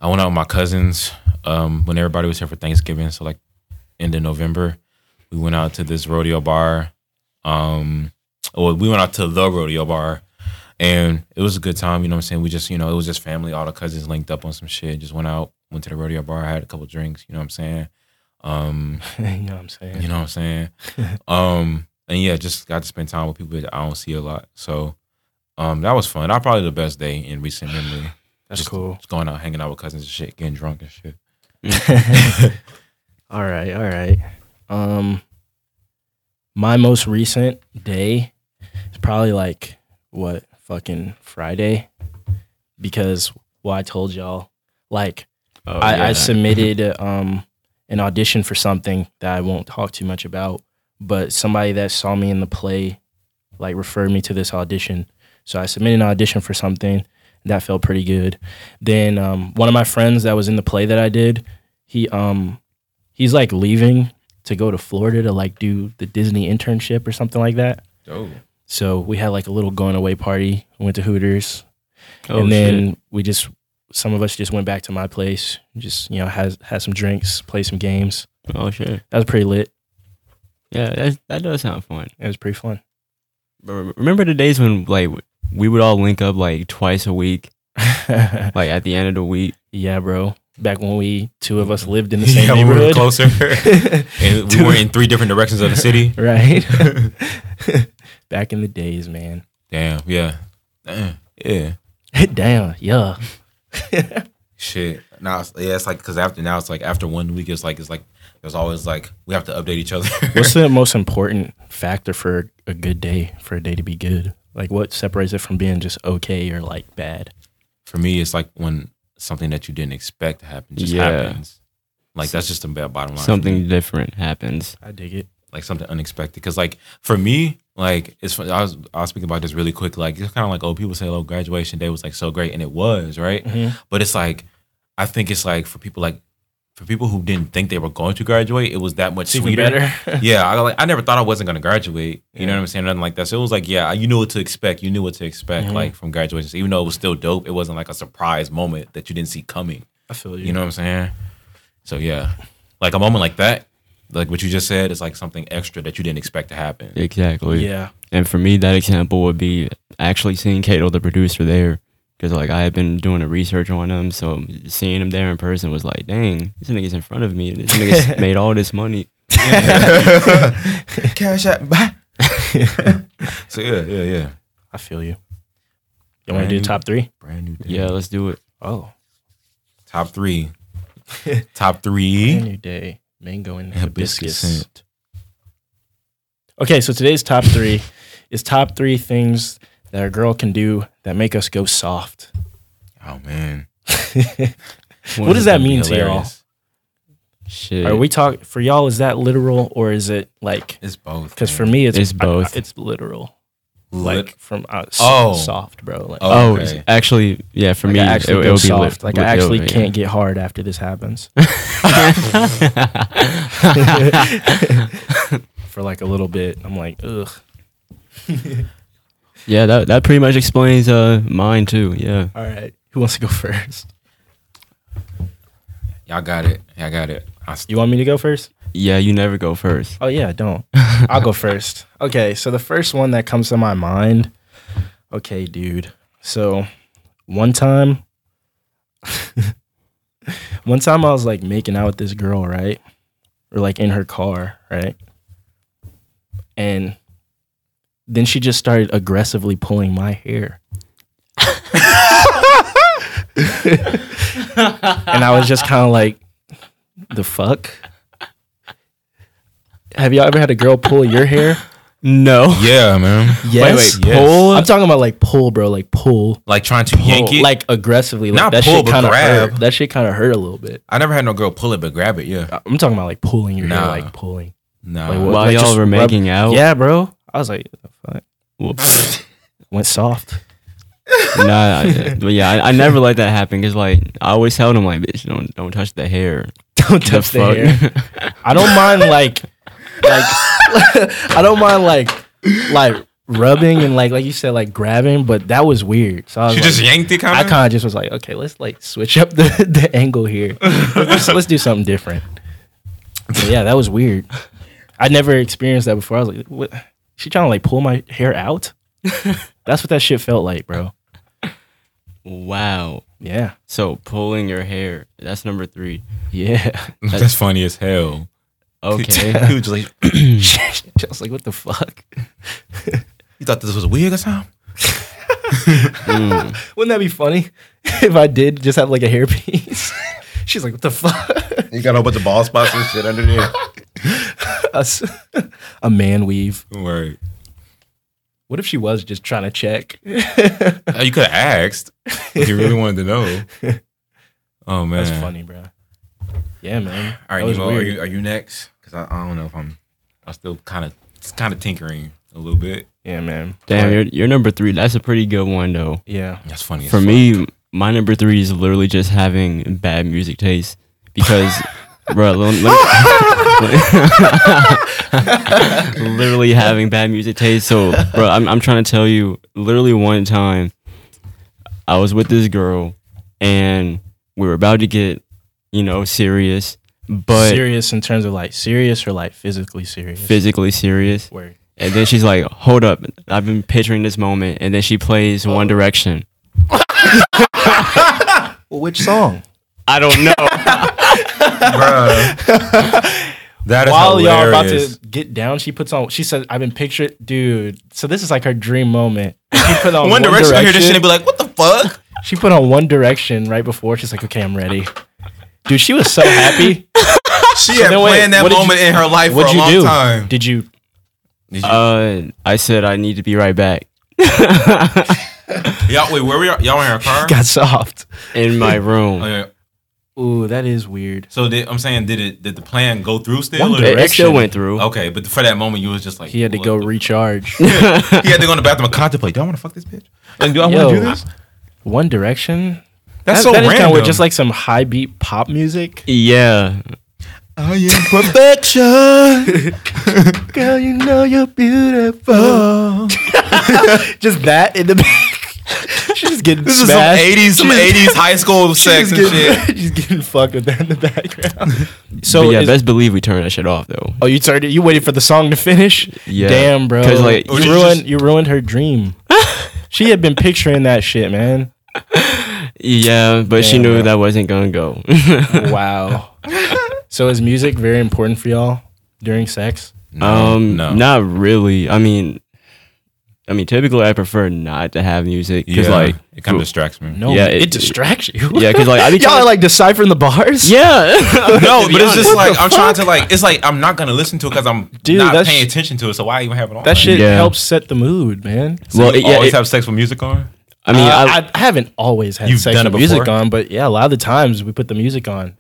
Speaker 2: I went out with my cousins, um, when everybody was here for Thanksgiving, so like end of November, we went out to this rodeo bar. Um well, we went out to the rodeo bar and it was a good time, you know what I'm saying? We just, you know, it was just family, all the cousins linked up on some shit, just went out, went to the rodeo bar, had a couple drinks, you know what I'm saying? Um
Speaker 1: you know what I'm saying.
Speaker 2: you know what I'm
Speaker 1: [LAUGHS]
Speaker 2: saying? um, and yeah, just got to spend time with people that I don't see a lot. So um, that was fun. I probably the best day in recent memory.
Speaker 1: [SIGHS] That's
Speaker 2: just,
Speaker 1: cool.
Speaker 2: Just going out, hanging out with cousins and shit, getting drunk and shit.
Speaker 1: [LAUGHS]
Speaker 2: [LAUGHS]
Speaker 1: All right, all right. Um, my most recent day is probably like what fucking Friday, because well, I told y'all like
Speaker 3: Oh,
Speaker 1: I, I
Speaker 3: yeah.
Speaker 1: submitted [LAUGHS] uh, um an audition for something that I won't talk too much about, but somebody that saw me in the play like referred me to this audition. So I submitted an audition for something that felt pretty good. Then um, one of my friends that was in the play that I did, he um he's like leaving to go to Florida to like do the Disney internship or something like that.
Speaker 2: Oh,
Speaker 1: So we had like a little going away party. Went to Hooters
Speaker 3: [LAUGHS] Oh,
Speaker 1: and
Speaker 3: shit.
Speaker 1: then we just some of us just went back to my place, just you know had had some drinks, play some games.
Speaker 3: oh shit,
Speaker 1: That was pretty lit.
Speaker 3: yeah, that that does sound fun.
Speaker 1: It was pretty fun. [LAUGHS]
Speaker 3: But re- remember the days when like we would all link up like twice a week, like at the end of the week.
Speaker 1: yeah, bro. Back when we two of us lived in
Speaker 2: [LAUGHS]
Speaker 1: the same
Speaker 2: yeah, we were
Speaker 1: neighborhood, [LAUGHS]
Speaker 2: closer, and we were in three different directions of the city.
Speaker 1: right? [LAUGHS] back in the days, man. [LAUGHS]
Speaker 2: Damn, yeah, Damn, yeah,
Speaker 1: Damn, yeah.
Speaker 2: shit. Now, it's, yeah, it's like because after now it's like after one week, it's like it's like there's always like we have to update each other.
Speaker 1: What's the most important factor for a good day? For a day to be good, like what separates it from being just okay or like bad?
Speaker 2: For me, it's like when something that you didn't expect to happen just
Speaker 3: Yeah.
Speaker 2: happens. Like that's just the ba- bottom line. for me.
Speaker 3: Something different happens.
Speaker 1: I dig it.
Speaker 2: like something unexpected. Because like for me, like it's fun- I was I was speaking about this really quick. Like it's kind of like oh people say oh graduation day was like so great and it was right,
Speaker 1: Mhm.
Speaker 2: but it's like I think it's like for people like for people who didn't think they were going to graduate, it was that much
Speaker 1: It's even
Speaker 2: sweeter.
Speaker 1: better.
Speaker 2: [LAUGHS] yeah, I like I never thought I wasn't gonna graduate. You know
Speaker 1: Yeah.
Speaker 2: what I'm saying? Nothing like that. So it was like, yeah, you knew what to expect. You knew what to expect,
Speaker 1: Mhm.
Speaker 2: like from graduations. Even though it was still dope, it wasn't like a surprise moment that you didn't see coming.
Speaker 1: I feel you.
Speaker 2: You know what I'm saying? So yeah, like a moment like that, like what you just said, is like something extra that you didn't expect to [LAUGHS] happen.
Speaker 3: Exactly.
Speaker 1: Yeah.
Speaker 3: And for me, that example would be actually seeing Kato, the producer, there. Because like I had been doing the research on him, so seeing him there in person was like, dang, this nigga's in front of me.
Speaker 1: [LAUGHS]
Speaker 3: This nigga's made all this money.
Speaker 2: Cash out. so yeah, yeah, yeah.
Speaker 1: I feel you. You want to do top three?
Speaker 2: Brand new day.
Speaker 3: Yeah, let's do it.
Speaker 1: Oh,
Speaker 2: Top three.
Speaker 1: [LAUGHS]
Speaker 2: Top three.
Speaker 1: new day, mango and
Speaker 2: Hibiscus
Speaker 1: hibiscus. Okay, so today's top
Speaker 3: [LAUGHS]
Speaker 1: three is top three things that a girl can do that make us go soft. [LAUGHS]
Speaker 2: Oh man.
Speaker 1: What does that
Speaker 2: That'd be
Speaker 1: mean to y'all?
Speaker 2: hilarious.
Speaker 3: Shit.
Speaker 1: Are we talk for y'all? Is that literal or is it like?
Speaker 2: It's both.
Speaker 1: Because
Speaker 2: man.
Speaker 1: for me, it's,
Speaker 3: It's
Speaker 1: I- I-
Speaker 3: both.
Speaker 1: it's literal,
Speaker 2: Lit-
Speaker 1: like from uh, s-
Speaker 2: Oh.
Speaker 1: soft, bro. Like,
Speaker 2: Oh,
Speaker 3: Oh,
Speaker 2: Okay.
Speaker 3: actually, yeah. For
Speaker 1: like
Speaker 3: me,
Speaker 1: I actually go
Speaker 3: it, it would be
Speaker 1: soft.
Speaker 3: lift.
Speaker 1: like I actually can't get hard after this
Speaker 3: [LAUGHS]
Speaker 1: happens [LAUGHS] for like a little bit. I'm like, ugh.
Speaker 3: yeah, that that pretty much explains uh mine too. Yeah.
Speaker 1: All right, who wants to go [LAUGHS] first?
Speaker 2: Y'all got it. Y'all got it. I [LAUGHS] s-
Speaker 1: You want me to go first?
Speaker 3: Yeah, you never go first.
Speaker 1: Oh yeah, don't. I'll go first. Okay, so the first one that comes to my mind. Okay, dude. So one time [LAUGHS] one time I was like making out with this girl, right? Or like in her car, right? And then she just started aggressively pulling my hair. and I was just kind of like, the fuck? Have y'all ever had a girl pull your hair?
Speaker 3: No.
Speaker 2: yeah, man.
Speaker 1: Yes.
Speaker 2: wait, pull?
Speaker 1: I'm talking about like pull, bro. Like pull.
Speaker 2: Like trying to yank
Speaker 1: Pull,
Speaker 2: it.
Speaker 1: Like aggressively. Like
Speaker 2: Not
Speaker 1: that
Speaker 2: pull,
Speaker 1: shit
Speaker 2: but
Speaker 1: kind of
Speaker 2: grab.
Speaker 1: hurt. That shit kind of hurt a little bit.
Speaker 2: I never had no girl pull it but grab it. Yeah.
Speaker 1: I'm talking about like pulling your hair,
Speaker 2: Nah.
Speaker 1: like pulling.
Speaker 2: Nah.
Speaker 1: Like, what-
Speaker 3: While
Speaker 1: Like,
Speaker 3: y'all
Speaker 1: just
Speaker 3: were
Speaker 1: rub-
Speaker 3: making out.
Speaker 1: Yeah, bro. I was like, the fuck.
Speaker 3: Well,
Speaker 1: Went soft. [LAUGHS]
Speaker 3: nah. I- But yeah, I, I never let that happen because like I always tell them like, bitch, don't don't touch the hair.
Speaker 1: Don't touch the, hair. I don't mind like, like, [LAUGHS] I don't mind like, like rubbing and like, like you said, like grabbing. But that was weird. So I was
Speaker 2: She
Speaker 1: like,
Speaker 2: just yanked it,
Speaker 1: I
Speaker 2: kind of.
Speaker 1: kind of just was like, okay, let's like switch up [LAUGHS] the, the angle here. Let's, let's do something different. But yeah, that was weird. I never experienced that before. I was like, what? She trying to like pull my hair out? That's what that shit felt like, bro.
Speaker 3: [LAUGHS] wow.
Speaker 1: Yeah,
Speaker 3: So pulling your hair. That's number
Speaker 1: [LAUGHS]
Speaker 3: three.
Speaker 1: yeah.
Speaker 2: That's funny as hell. [LAUGHS]
Speaker 3: Okay.
Speaker 2: he was just like,
Speaker 1: [LAUGHS] I was like, what the fuck?
Speaker 2: you thought this was a wig or something?
Speaker 3: Mm,
Speaker 1: Wouldn't that be funny [LAUGHS] if I did just have like a [LAUGHS] hairpiece? She's like, what the fuck? [LAUGHS]
Speaker 2: You got a whole bunch of ball spots and shit under there.
Speaker 1: A s- a man weave.
Speaker 2: Right.
Speaker 1: What if she was just trying to check? [LAUGHS]
Speaker 2: Uh, You could have asked if you really wanted to [LAUGHS] know. Oh man.
Speaker 1: That's funny, bro. Yeah, man.
Speaker 2: All
Speaker 1: That
Speaker 2: right,
Speaker 1: was
Speaker 2: Nemo, are
Speaker 1: weird.
Speaker 2: you are you next? Because I, I don't know if I'm. I'm still kind of it's kind of tinkering a little bit.
Speaker 1: Yeah, man.
Speaker 3: Damn, you're, you're number three. That's a pretty good one though.
Speaker 1: Yeah.
Speaker 2: That's funny. as
Speaker 3: For
Speaker 2: fuck.
Speaker 3: me, my number three is literally just having bad music taste
Speaker 2: [LAUGHS]
Speaker 3: because, bro, let me- let me- literally [LAUGHS] having bad music taste. So, bro, I'm I'm trying to tell you, literally one time, I was with this girl, and we were about to get, you know, serious, but
Speaker 1: serious in terms of like serious or like physically serious.
Speaker 3: physically serious.
Speaker 1: Word.
Speaker 3: And then she's like, "Hold up, I've been picturing this moment." And then she plays
Speaker 2: Oh.
Speaker 3: One Direction.
Speaker 1: Well, which
Speaker 2: [LAUGHS]
Speaker 1: song?
Speaker 3: I don't [LAUGHS] know.
Speaker 1: [LAUGHS]
Speaker 2: Bruh. That is
Speaker 1: While y'all about
Speaker 2: hilarious.
Speaker 1: to get down, she puts on. She said, "I've been pictured, dude." So this is like her dream moment. She put on
Speaker 2: [LAUGHS] One, Direction, I hear this shit and be like, "What the fuck?"
Speaker 1: She put on One Direction right before. She's like, "Okay, I'm ready." Dude, she was so happy. So
Speaker 2: She had
Speaker 1: then wait,
Speaker 2: planned that
Speaker 1: what did you-
Speaker 2: moment in her life [LAUGHS] for
Speaker 1: What'd
Speaker 2: a
Speaker 1: you
Speaker 2: long
Speaker 1: do?
Speaker 2: time.
Speaker 1: Did you? [LAUGHS]
Speaker 2: Did
Speaker 3: Uh, I said I need to be right back
Speaker 1: [LAUGHS]
Speaker 2: you- y'all, wait, where were y'all? Y'all in her car?
Speaker 1: Got soft.
Speaker 3: in my room.
Speaker 2: Oh, yeah.
Speaker 1: Ooh, that is weird.
Speaker 2: So did, I'm saying, did it? Did the plan go through still?
Speaker 1: One
Speaker 2: or-
Speaker 1: day.
Speaker 3: It, it still
Speaker 1: Direction.
Speaker 3: went through.
Speaker 2: Okay, but for that moment, you was just like
Speaker 1: He had to
Speaker 2: what
Speaker 1: go
Speaker 2: the-
Speaker 1: recharge.
Speaker 2: he had to go in the bathroom and contemplate. Do I want to fuck this bitch? Like, do [LAUGHS] I
Speaker 1: Yo.
Speaker 2: want to do this?
Speaker 1: One Direction.
Speaker 2: That's
Speaker 1: That-
Speaker 2: so
Speaker 1: that is kinda
Speaker 2: random.
Speaker 1: weird, just like some high beat pop music.
Speaker 3: Yeah.
Speaker 2: I am perfection.
Speaker 1: [LAUGHS] Girl, you know you're beautiful. just that in the [LAUGHS] back. She's just getting
Speaker 2: this is some
Speaker 1: smashed.
Speaker 2: '80s, some '80s high school
Speaker 1: [LAUGHS]
Speaker 2: sex
Speaker 1: She's
Speaker 2: and
Speaker 1: getting, [LAUGHS]
Speaker 2: shit.
Speaker 1: she's getting fucked with that in the background.
Speaker 3: So
Speaker 1: [LAUGHS] So
Speaker 3: but yeah,
Speaker 1: is-
Speaker 3: best believe we turned that shit off though.
Speaker 1: oh, you turned it. You waited for the song to finish.
Speaker 3: Yeah.
Speaker 1: Damn, bro.
Speaker 3: 'Cause, like,
Speaker 1: Oh, you
Speaker 2: Or you
Speaker 1: ruined
Speaker 2: just-
Speaker 1: you ruined her [LAUGHS] dream. she had been picturing that shit, man. [LAUGHS]
Speaker 3: Yeah, but she
Speaker 1: Damn,
Speaker 3: knew
Speaker 1: bro.
Speaker 3: that wasn't gonna go.
Speaker 1: Wow. so is music very important for y'all during sex?
Speaker 3: um,
Speaker 2: no.
Speaker 3: not really. I mean, I mean, typically I prefer not to have music because like,
Speaker 2: it kind of distracts me.
Speaker 1: No,
Speaker 3: Yeah,
Speaker 1: it,
Speaker 3: it-
Speaker 1: distracts you.
Speaker 3: yeah, because like I be
Speaker 1: [LAUGHS] y'all
Speaker 3: trying,
Speaker 1: are like deciphering the bars.
Speaker 3: yeah,
Speaker 2: No,
Speaker 3: To be
Speaker 2: but it's just
Speaker 3: honest.
Speaker 2: like I'm trying to like. It's like I'm not gonna listen to it because I'm
Speaker 1: Dude,
Speaker 2: not
Speaker 1: that's-
Speaker 2: paying attention to it. So why even have it on?
Speaker 1: that shit
Speaker 3: Yeah.
Speaker 1: helps set the mood, man.
Speaker 2: So
Speaker 3: [LAUGHS] well,
Speaker 2: you
Speaker 3: it- yeah,
Speaker 2: always
Speaker 3: it-
Speaker 2: have sex with music on.
Speaker 3: I mean,
Speaker 1: Uh,
Speaker 3: I,
Speaker 1: I, I haven't always had
Speaker 2: You've
Speaker 1: sex
Speaker 2: done
Speaker 1: with
Speaker 2: it
Speaker 1: music
Speaker 2: before?
Speaker 1: on, but yeah, a lot of the times we put the music on.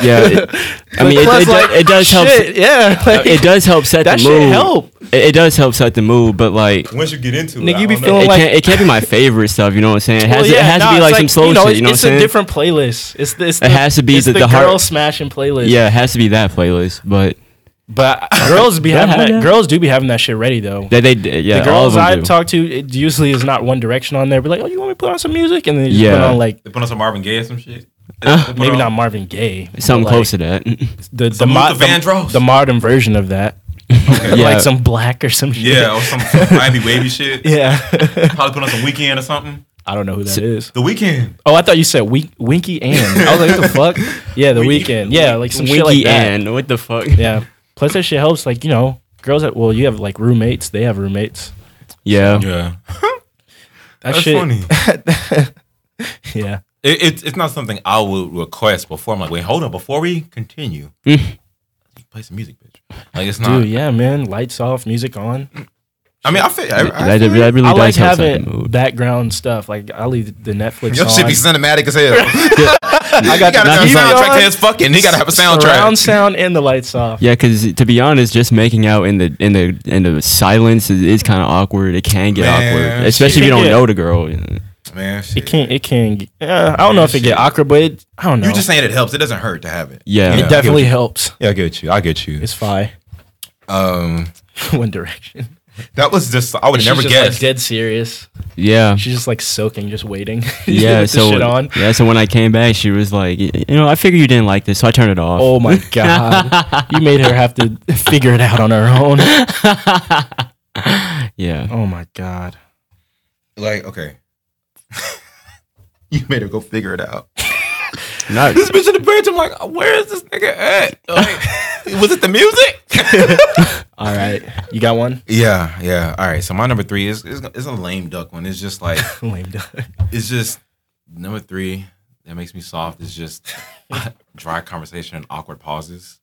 Speaker 3: yeah, it, I mean, it,
Speaker 1: Plus,
Speaker 3: it, do-
Speaker 1: like,
Speaker 3: it does help.
Speaker 1: shit, yeah, like,
Speaker 3: [LAUGHS] It does help set
Speaker 1: that
Speaker 3: the
Speaker 1: shit
Speaker 3: mood.
Speaker 1: help.
Speaker 3: It, it does help set the mood, but like.
Speaker 2: Once you get into
Speaker 1: Nigga,
Speaker 2: I
Speaker 1: you be
Speaker 2: don't know.
Speaker 1: feeling
Speaker 3: It
Speaker 1: like-
Speaker 3: can't, it can't
Speaker 1: [LAUGHS]
Speaker 3: be my favorite stuff, you know what I'm saying? It has,
Speaker 1: Well,
Speaker 3: to, it
Speaker 1: yeah,
Speaker 3: has
Speaker 1: nah,
Speaker 3: to be
Speaker 1: it's
Speaker 3: like, some slow
Speaker 1: you know,
Speaker 3: shit, you know
Speaker 1: it's
Speaker 3: what I'm
Speaker 1: a
Speaker 3: saying?
Speaker 1: different playlist. It's the, it's
Speaker 3: It
Speaker 1: the-
Speaker 3: has to be
Speaker 1: it's
Speaker 3: the- the hard-
Speaker 1: girl smashing playlist.
Speaker 3: Yeah, it has to be that playlist, but [LAUGHS]
Speaker 1: but girls be having
Speaker 3: hard
Speaker 1: that.
Speaker 3: now?
Speaker 1: Girls do be having that shit ready though.
Speaker 3: they, they yeah,
Speaker 1: the
Speaker 3: all
Speaker 1: girls
Speaker 3: of them
Speaker 1: I've
Speaker 3: do.
Speaker 1: talked to, it usually is not One Direction on there. Be like, oh, you want me to put on some music, and then they just put
Speaker 3: Yeah.
Speaker 1: on like
Speaker 2: They put on some Marvin Gaye or
Speaker 1: [LAUGHS]
Speaker 2: some shit. They put
Speaker 1: maybe
Speaker 2: on-
Speaker 1: not Marvin Gaye,
Speaker 3: Something
Speaker 1: but, [LAUGHS] like,
Speaker 3: close to that.
Speaker 1: The the,
Speaker 2: Some
Speaker 1: mo-
Speaker 2: Luther
Speaker 1: the,
Speaker 2: Vandross.
Speaker 1: the modern version of that,
Speaker 2: Okay.
Speaker 3: [LAUGHS]
Speaker 1: [LAUGHS]
Speaker 3: Yeah.
Speaker 1: like some black or some shit.
Speaker 2: Yeah, or some Ivy
Speaker 1: [LAUGHS]
Speaker 2: Wavy shit.
Speaker 1: yeah. [LAUGHS]
Speaker 2: Probably put on some Weekend or something.
Speaker 1: I don't know who that is.
Speaker 2: The Weekend.
Speaker 1: Oh, I thought you said Wink- Winky and. I was like, what the fuck? Yeah, the
Speaker 2: Winky-
Speaker 1: weekend. Yeah, like some shit like
Speaker 3: Winky
Speaker 1: that.
Speaker 3: Ann, what the fuck?
Speaker 1: Yeah. Plus that shit helps, like you know, girls that well, you have like roommates. They have roommates.
Speaker 3: Yeah.
Speaker 2: Yeah,
Speaker 1: That
Speaker 2: that's
Speaker 1: shit.
Speaker 2: funny.
Speaker 1: Yeah.
Speaker 2: It, it's it's not something I would request before. I'm like, wait, hold on. Before we continue, play some music, bitch. Like it's not.
Speaker 1: Hmm. Dude, yeah, man. Lights off, music on.
Speaker 2: I mean, I feel. I, I
Speaker 3: that,
Speaker 2: feel
Speaker 3: that really
Speaker 1: I
Speaker 3: does
Speaker 1: like
Speaker 3: help set the
Speaker 1: having
Speaker 3: mood.
Speaker 1: background stuff. Like I leave the Netflix
Speaker 2: your shit be
Speaker 1: on.
Speaker 2: cinematic
Speaker 1: [LAUGHS]
Speaker 2: as hell.
Speaker 1: I
Speaker 2: he
Speaker 1: got
Speaker 2: gotta have a
Speaker 1: TV
Speaker 2: soundtrack
Speaker 1: on,
Speaker 2: to his fucking. He gotta have a
Speaker 1: Surround
Speaker 2: soundtrack.
Speaker 1: sound and the lights off.
Speaker 3: Yeah, because to be honest, just making out in the in the in the silence is, is kind of awkward. It can get
Speaker 2: Man,
Speaker 3: awkward, especially if you
Speaker 1: shit.
Speaker 3: don't
Speaker 1: Yeah.
Speaker 3: know the girl.
Speaker 2: Man,
Speaker 1: It
Speaker 2: shit.
Speaker 1: can't. It can. g- Uh, I don't know if it get awkward, but it, I don't know.
Speaker 2: you just saying it helps. It doesn't hurt to have it.
Speaker 3: Yeah.
Speaker 1: it
Speaker 3: I get
Speaker 1: definitely helps.
Speaker 2: Yeah, I get you. I get you.
Speaker 1: It's fine.
Speaker 2: Um,
Speaker 1: [LAUGHS] One Direction.
Speaker 2: that was just. I would
Speaker 1: She's
Speaker 2: never
Speaker 1: just
Speaker 2: guess.
Speaker 1: like dead serious.
Speaker 3: Yeah,
Speaker 1: She's just like soaking, just waiting. [LAUGHS]
Speaker 3: yeah.
Speaker 1: With the
Speaker 3: So
Speaker 1: shit
Speaker 2: [LAUGHS]
Speaker 1: on.
Speaker 3: yeah, so when I came back, she was like, "Y- you know, I figured you didn't like this, so I turned it off.
Speaker 1: Oh my
Speaker 2: [LAUGHS]
Speaker 1: god! you made her have to figure it out on her own.
Speaker 3: [LAUGHS] Yeah,
Speaker 1: Oh my god!
Speaker 2: like, okay. [LAUGHS] you made her go figure it out.
Speaker 3: not
Speaker 2: This bitch in the bridge. I'm like, where is this nigga at? [LAUGHS] Like, was it the music?
Speaker 1: All right, you got one.
Speaker 2: [LAUGHS] yeah, yeah. All right. So my number three is is is a lame duck one. It's just [LAUGHS] like
Speaker 1: [LAUGHS] Lame duck.
Speaker 2: it's just number three that makes me soft is just [LAUGHS] dry conversation and awkward pauses.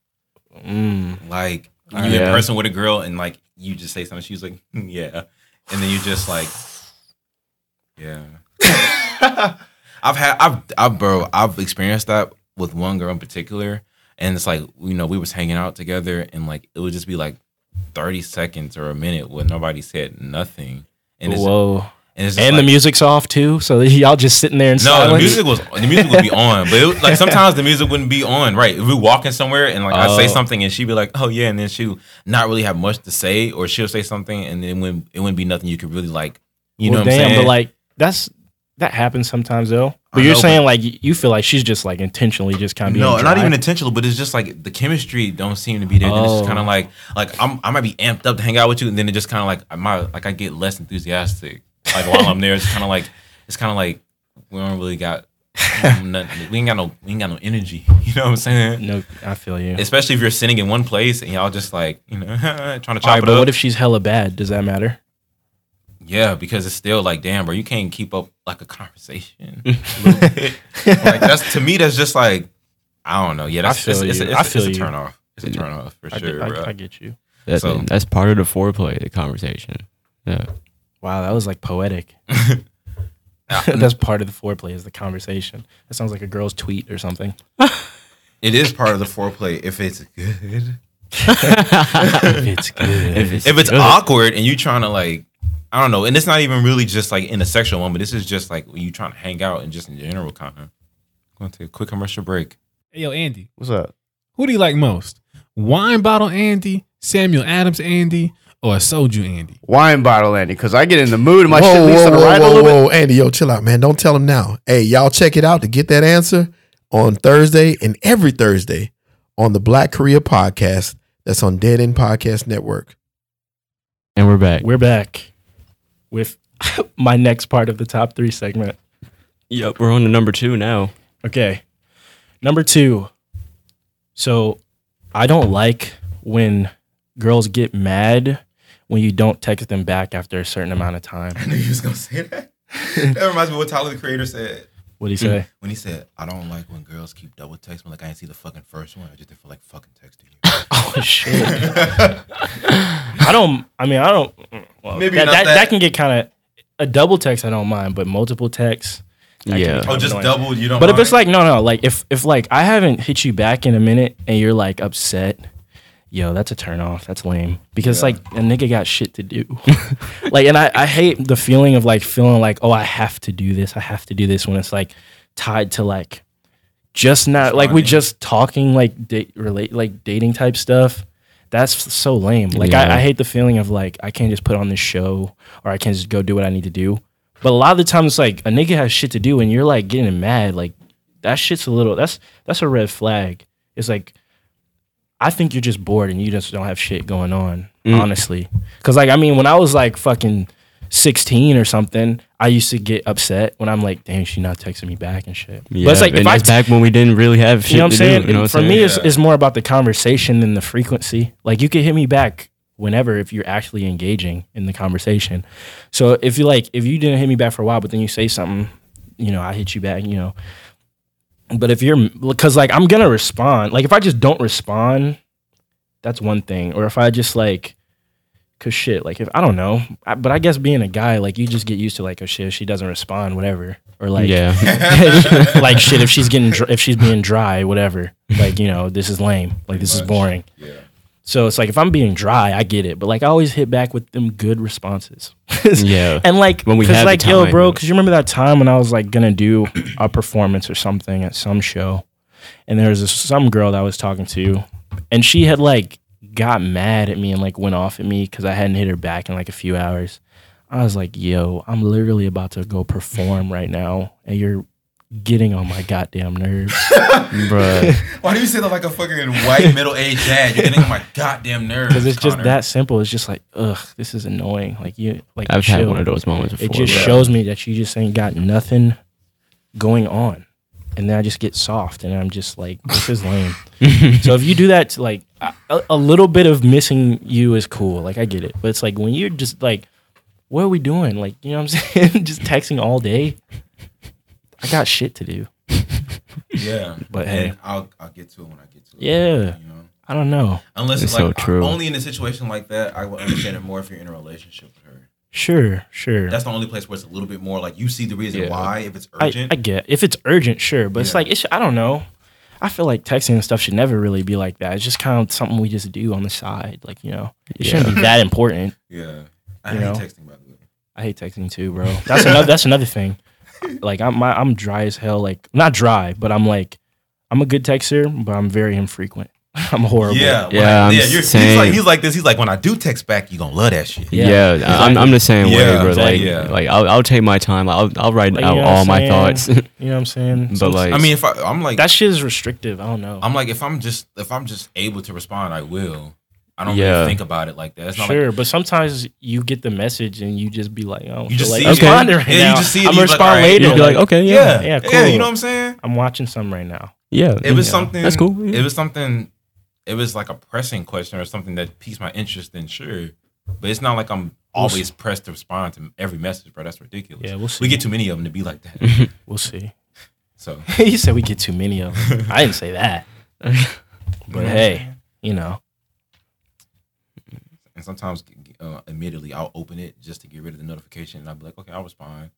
Speaker 1: Mm.
Speaker 2: Like you
Speaker 3: Uh,
Speaker 2: in
Speaker 3: yeah.
Speaker 2: person with a girl and like you just say something, she's like, "Mm, yeah, and then you just like,
Speaker 1: [LAUGHS]
Speaker 2: yeah. I've had I've I've bro I've experienced that with one girl in particular, and it's like you know we was hanging out together and like it would just be like thirty seconds or a minute where nobody said nothing, and it's,
Speaker 1: Whoa!
Speaker 2: and, it's just
Speaker 1: And the
Speaker 2: like-
Speaker 1: music's off too, so [LAUGHS] y'all just sitting there in [LAUGHS]
Speaker 2: no,
Speaker 1: silence.
Speaker 2: the music was the music would be on, but it, was- like sometimes the music wouldn't be on. Right, if we walking somewhere and like I say
Speaker 1: Oh.
Speaker 2: something and she'd be like, "Oh yeah," and then she would not really have much to say, or she'll say something and then when it wouldn't be nothing you could really like, you
Speaker 1: well,
Speaker 2: know what
Speaker 1: damn,
Speaker 2: I'm saying?
Speaker 1: but like that's that happens sometimes though. But
Speaker 2: I
Speaker 1: you're
Speaker 2: know,
Speaker 1: saying like y- you feel like she's just like intentionally just kind of
Speaker 2: no, not even intentional, but it's just like the chemistry don't seem to be there. Then it's
Speaker 1: Oh.
Speaker 2: just kind of like like I'm I might be amped up to hang out with you, and then it just kind of like I might like I get less enthusiastic like while I'm there. It's kind of like it's kind of like we don't really got. nothing- we ain't got no, we ain't got no energy. [LAUGHS] You know what I'm saying?
Speaker 1: no, I feel you.
Speaker 2: especially if you're sitting in one place and y'all just like you know [LAUGHS] trying to chop
Speaker 1: All right,
Speaker 2: it
Speaker 1: but
Speaker 2: up.
Speaker 1: what if she's hella bad? Does that matter?
Speaker 2: yeah, because it's still like damn, bro, you can't keep up like a conversation. a little bit. [LAUGHS] like that's to me, that's just like I don't know. Yeah, that's
Speaker 1: I feel
Speaker 2: it's, it's,
Speaker 1: you.
Speaker 2: it's,
Speaker 1: I
Speaker 2: it's,
Speaker 1: feel you.
Speaker 2: a turn off. It's a turn off for
Speaker 1: I get-
Speaker 2: sure,
Speaker 1: I,
Speaker 2: bro.
Speaker 1: I get you.
Speaker 3: that,
Speaker 2: So-
Speaker 3: that's part of the foreplay, the conversation. Yeah,
Speaker 1: [LAUGHS] Wow, that was like poetic. That's part of the foreplay is the conversation. That sounds like a girl's tweet or something.
Speaker 2: It is part of the foreplay if it's good.
Speaker 1: [LAUGHS] it's good.
Speaker 2: If it's
Speaker 3: good.
Speaker 2: awkward and you trying to like, I don't know, and it's not even really just like in a sexual one, but this is just like when you trying to hang out and just in general kind of. Going to take a quick commercial break.
Speaker 5: Hey, yo, Andy,
Speaker 6: What's up?
Speaker 5: who do you like most? Wine bottle Andy, Samuel Adams Andy, or soju Andy?
Speaker 6: Wine bottle, Andy, because I get in the mood. My shit
Speaker 7: whoa,
Speaker 6: leaves
Speaker 7: whoa,
Speaker 6: to the
Speaker 7: whoa,
Speaker 6: right a
Speaker 7: whoa,
Speaker 6: little bit.
Speaker 7: whoa, Andy, yo, chill out, man. Don't tell him now. Hey, y'all, check it out to get that answer on Thursday and every Thursday on the Black Korea podcast. That's on Dead End Podcast Network.
Speaker 3: And we're back.
Speaker 1: We're back with [LAUGHS] my next part of the top three segment.
Speaker 3: Yep, we're on to number two now.
Speaker 1: Okay. Number two. So I don't like when girls get mad when you don't text them back after a certain amount of time.
Speaker 2: [LAUGHS] I knew you was gonna say
Speaker 1: [LAUGHS]
Speaker 2: that. that reminds me of what Tyler the Creator said
Speaker 1: What do you say?
Speaker 2: when he said, "I don't like when girls keep double texting. Like I didn't see the fucking first one. I just didn't feel like fucking texting you."
Speaker 1: [LAUGHS] oh shit. [LAUGHS] I don't. I mean, I don't. Well,
Speaker 2: Maybe
Speaker 1: that,
Speaker 2: not
Speaker 1: that,
Speaker 2: that.
Speaker 1: that can get kind of a double text. I don't mind, but multiple texts. that can
Speaker 3: Yeah.
Speaker 1: be
Speaker 2: oh, just
Speaker 1: annoying.
Speaker 2: double. You don't.
Speaker 1: But if it's
Speaker 2: mind.
Speaker 1: like no, no, like if if like I haven't hit you back in a minute and you're like upset, yo, that's a turn off. That's lame because like a nigga got shit to do. [LAUGHS] like, and I I hate the feeling of like feeling like oh I have to do this, I have to do this when it's like tied to like just not like we
Speaker 2: Responding.
Speaker 1: just talking like date relate like dating type stuff. That's so lame. Like
Speaker 3: Yeah.
Speaker 1: I, I hate the feeling of like I can't just put on this show or I can't just go do what I need to do. But a lot of the times, it's like a nigga has shit to do, and you're like getting mad. Like that shit's a little. That's that's a red flag. It's like I think you're just bored and you just don't have shit going on.
Speaker 3: Mm.
Speaker 1: Honestly, because like I mean, when I was like fucking sixteen or something, I used to get upset when I'm like, damn, she not texting me back and shit.
Speaker 3: Yeah,
Speaker 1: but it's like
Speaker 3: and
Speaker 1: if I
Speaker 3: that's back when we didn't really have shit
Speaker 1: you know what I'm
Speaker 3: to
Speaker 1: saying?
Speaker 3: do. You know what I'm
Speaker 1: For
Speaker 3: saying?
Speaker 1: me, it's, it's more about the conversation than the frequency. Like you can hit me back whenever if you're actually engaging in the conversation. So if you like, if you didn't hit me back for a while, but then you say something, you know, I hit you back, you know. But if you're, because like I'm gonna respond. Like if I just don't respond, that's one thing. Or if I just like, cause shit, like if I don't know, I, but I guess being a guy, like you just get used to like, oh shit, she doesn't respond, whatever. Or like,
Speaker 3: yeah.
Speaker 1: [LAUGHS]
Speaker 3: [LAUGHS]
Speaker 1: like shit if she's getting dr- if she's being dry whatever like you know this is lame like this is boring
Speaker 2: Yeah.
Speaker 1: so it's like if i'm being dry i get it but like i always hit back with them good responses [LAUGHS]
Speaker 3: Yeah.
Speaker 1: and like
Speaker 3: When we
Speaker 1: 'cause,
Speaker 3: had the
Speaker 1: like yo
Speaker 3: time,
Speaker 1: bro
Speaker 3: yeah.
Speaker 1: because you remember that time when i was like gonna do a performance or something at some show and there was this, some girl that i was talking to and she had like got mad at me and like went off at me because i hadn't hit her back in like a few hours i was like yo i'm literally about to go perform right now and you're getting on my goddamn nerves
Speaker 3: Bruh.
Speaker 2: Why do you say that like a fucking
Speaker 1: [LAUGHS]
Speaker 2: white middle aged dad? You're getting on my goddamn nerves.
Speaker 1: because it's just
Speaker 2: Connor.
Speaker 1: that simple it's just like ugh this is annoying like you like
Speaker 3: I've had
Speaker 1: chill.
Speaker 3: one of those moments before.
Speaker 1: it just
Speaker 3: bruh.
Speaker 1: shows me that you just ain't got nothing going on and then i just get soft and i'm just like this is lame so if you do that to like a, a little bit of missing you is cool like i get it but it's like when you're just like what are we doing like you know what i'm [LAUGHS] saying just texting all day i got shit to do
Speaker 2: Yeah.
Speaker 1: But
Speaker 2: And
Speaker 1: hey.
Speaker 2: I'll I'll get to it when I get to it.
Speaker 1: Yeah.
Speaker 2: You know?
Speaker 1: i don't know
Speaker 2: Unless it's
Speaker 3: It's so
Speaker 2: like
Speaker 3: true.
Speaker 2: only in a situation like that, I will understand it more if you're in a relationship with her.
Speaker 1: sure sure
Speaker 2: That's the only place where it's a little bit more like you see the reason
Speaker 3: Yeah.
Speaker 2: why if it's
Speaker 1: I,
Speaker 2: urgent.
Speaker 1: I get if it's urgent, sure, but it's
Speaker 2: Yeah.
Speaker 1: like it's I don't know. I feel like texting and stuff should never really be like that. It's just kind of something we just do on the side, like you know, it shouldn't be that important.
Speaker 2: yeah. I
Speaker 1: You
Speaker 2: hate
Speaker 1: know?
Speaker 2: texting by the way.
Speaker 1: I hate texting too,
Speaker 2: [LAUGHS]
Speaker 1: bro. That's another that's another thing. Like I'm my, I'm dry as hell. Like not dry, but I'm like I'm a good texter, but I'm very infrequent. [LAUGHS] I'm horrible.
Speaker 2: Yeah, when
Speaker 3: Yeah,
Speaker 2: I,
Speaker 3: I'm
Speaker 2: yeah. You're, he's
Speaker 3: saying-
Speaker 2: like he's like this. He's like when I do text back, you gonna love that shit.
Speaker 1: Yeah.
Speaker 3: Yeah, I'm, I'm the same
Speaker 2: Yeah,
Speaker 3: way, bro.
Speaker 1: exactly.
Speaker 3: Like,
Speaker 2: Yeah.
Speaker 3: like I'll, I'll take my time. I'll, I'll write
Speaker 1: Like, you
Speaker 3: out
Speaker 1: know what
Speaker 3: all
Speaker 1: I'm
Speaker 3: my
Speaker 1: saying?
Speaker 3: thoughts. [LAUGHS]
Speaker 1: You know what I'm saying?
Speaker 3: but
Speaker 1: Some-
Speaker 3: like,
Speaker 2: I mean, if I, I'm like
Speaker 1: that shit is restrictive. I don't know.
Speaker 2: I'm like if I'm just if I'm just able to respond, I will. I don't
Speaker 3: Yeah.
Speaker 2: really think about it like that. It's not
Speaker 1: sure,
Speaker 2: like
Speaker 1: but sometimes you get the message and you just be like, oh,
Speaker 2: You just
Speaker 1: like
Speaker 2: see
Speaker 3: it.
Speaker 1: responding right
Speaker 2: Yeah, you
Speaker 1: now.
Speaker 2: just see it
Speaker 1: I'm
Speaker 2: and you be like,
Speaker 1: respond
Speaker 2: all right.
Speaker 1: later.
Speaker 3: you'd be like, okay,
Speaker 2: yeah,
Speaker 3: yeah,
Speaker 1: Yeah,
Speaker 2: yeah,
Speaker 1: cool.
Speaker 2: You know what I'm saying?
Speaker 1: I'm watching some right now.
Speaker 3: yeah,
Speaker 2: It was
Speaker 1: Yeah.
Speaker 2: something.
Speaker 3: That's cool.
Speaker 2: It was something. It was like a pressing question or something that piques my interest. Then sure, but it's not like I'm always pressed to respond to every message, bro. That's ridiculous.
Speaker 1: Yeah, we'll see.
Speaker 2: We get too many of them to be like that.
Speaker 1: We'll see.
Speaker 2: so
Speaker 1: he said we get too many of them. I didn't say that. But hey, you know,
Speaker 2: and sometimes uh, admittedly I'll open it just to get rid of the notification, and I'll be like, okay, I'll respond.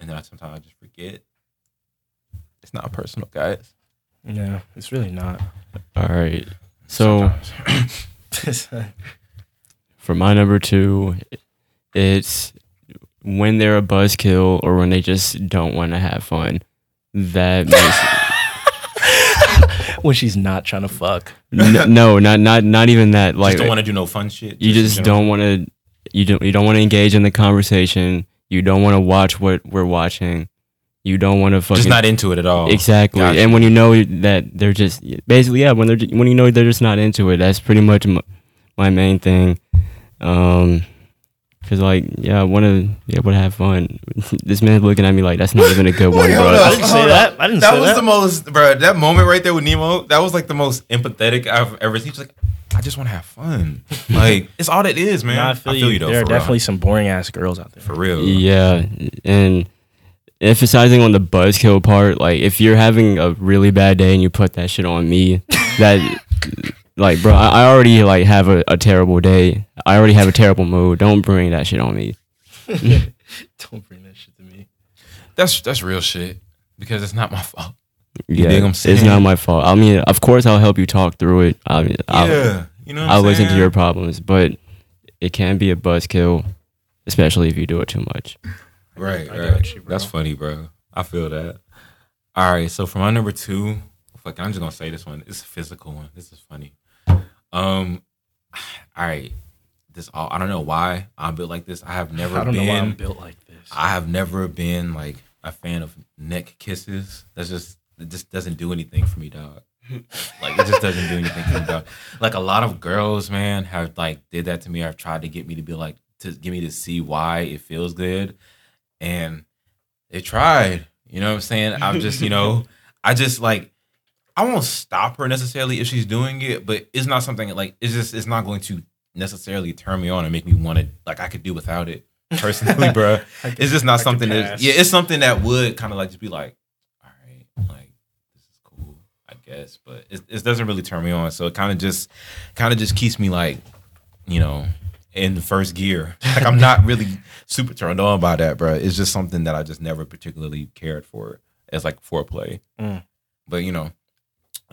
Speaker 2: and then I sometimes I just forget. It's not personal, guys.
Speaker 1: No, it's really not.
Speaker 3: [LAUGHS]
Speaker 1: [LAUGHS]
Speaker 3: All right. So [CLEARS THROAT] for my number two, it's when they're a buzzkill or when they just don't want to have fun.
Speaker 2: [LAUGHS]
Speaker 3: That makes
Speaker 1: when she's not trying to fuck.
Speaker 3: n- no, not not not even that. Like
Speaker 2: just don't want to do no fun shit.
Speaker 3: you just don't want to you don't you don't want to engage in the conversation. You don't want to watch what we're watching. You don't want to fucking
Speaker 2: Just not into it at all.
Speaker 3: exactly.
Speaker 2: Oh. Gotcha.
Speaker 3: And when you know that they're just basically yeah, when they're ju- when you know they're just not into it, that's pretty much my, my main thing. Um, cause like yeah, I want to yeah, want to have fun. [LAUGHS] this man's looking at me like that's not even a good one,
Speaker 2: Wait,
Speaker 3: bro.
Speaker 2: hold
Speaker 1: I didn't say
Speaker 2: Hold
Speaker 1: that. I didn't
Speaker 2: That
Speaker 1: say
Speaker 2: was
Speaker 1: that.
Speaker 2: the most, bro. That moment right there with Nemo, that was like the most empathetic I've ever seen. She's like, I just want to have
Speaker 3: [LAUGHS]
Speaker 2: fun. Like it's all it is, man.
Speaker 1: Nah,
Speaker 2: I feel, you. though.
Speaker 1: There are
Speaker 2: for
Speaker 1: definitely some boring ass girls out there. [LAUGHS]
Speaker 2: real. for real.
Speaker 3: Yeah, and emphasizing on the buzzkill part, like if you're having a really bad day and you put that shit on me, that like, bro, I, I already like have a, a terrible day. I already have a terrible mood. Don't bring that shit on me.
Speaker 1: Don't bring that shit to me.
Speaker 2: That's that's real shit because it's not my fault.
Speaker 3: Yeah,
Speaker 2: dig what I'm
Speaker 3: it's not
Speaker 2: saying?
Speaker 3: my fault. I mean, of course, I'll help you talk through it. I mean, I'll,
Speaker 2: yeah, you know. What I'm
Speaker 3: I'll listen to
Speaker 2: saying?
Speaker 3: your problems, but it can be a buzzkill, especially if you do it too much.
Speaker 2: Right,
Speaker 1: I get
Speaker 2: right.
Speaker 1: what you, bro.
Speaker 2: That's funny, bro. I feel that. All right, so for my number two, fuck, I'm just gonna say this one. It's a physical one. This is funny. Um, [SIGHS] all right, this all I don't know why I'm built like this. I have
Speaker 1: [LAUGHS]
Speaker 2: never
Speaker 1: I don't
Speaker 2: been.
Speaker 1: know why I'm built like this.
Speaker 2: I have never been like a fan of neck kisses. That's just it just doesn't do anything for me, dog. like it just doesn't do anything for me, dog. Like a lot of girls, man, have like did that to me. I've tried to get me to be like to get me to see why it feels good, and they tried. You know what I'm saying? I'm just you know I just like. I won't stop her necessarily if she's doing it, but it's not something like it's just it's not going to necessarily turn me on and make me want to like I could do without it
Speaker 1: [LAUGHS]
Speaker 2: personally, bro. It's just not
Speaker 1: I could
Speaker 2: something that
Speaker 1: pass.
Speaker 2: yeah, it's something that would kind of like just be like, all right, like this is cool, I guess, but it, it doesn't really turn me on. So it kind of just kind of just keeps me like, you know, in the first gear. [LAUGHS] Like I'm not really super turned on by that, bro. It's just something that I just never particularly cared for as like foreplay.
Speaker 1: Mm.
Speaker 2: But you know,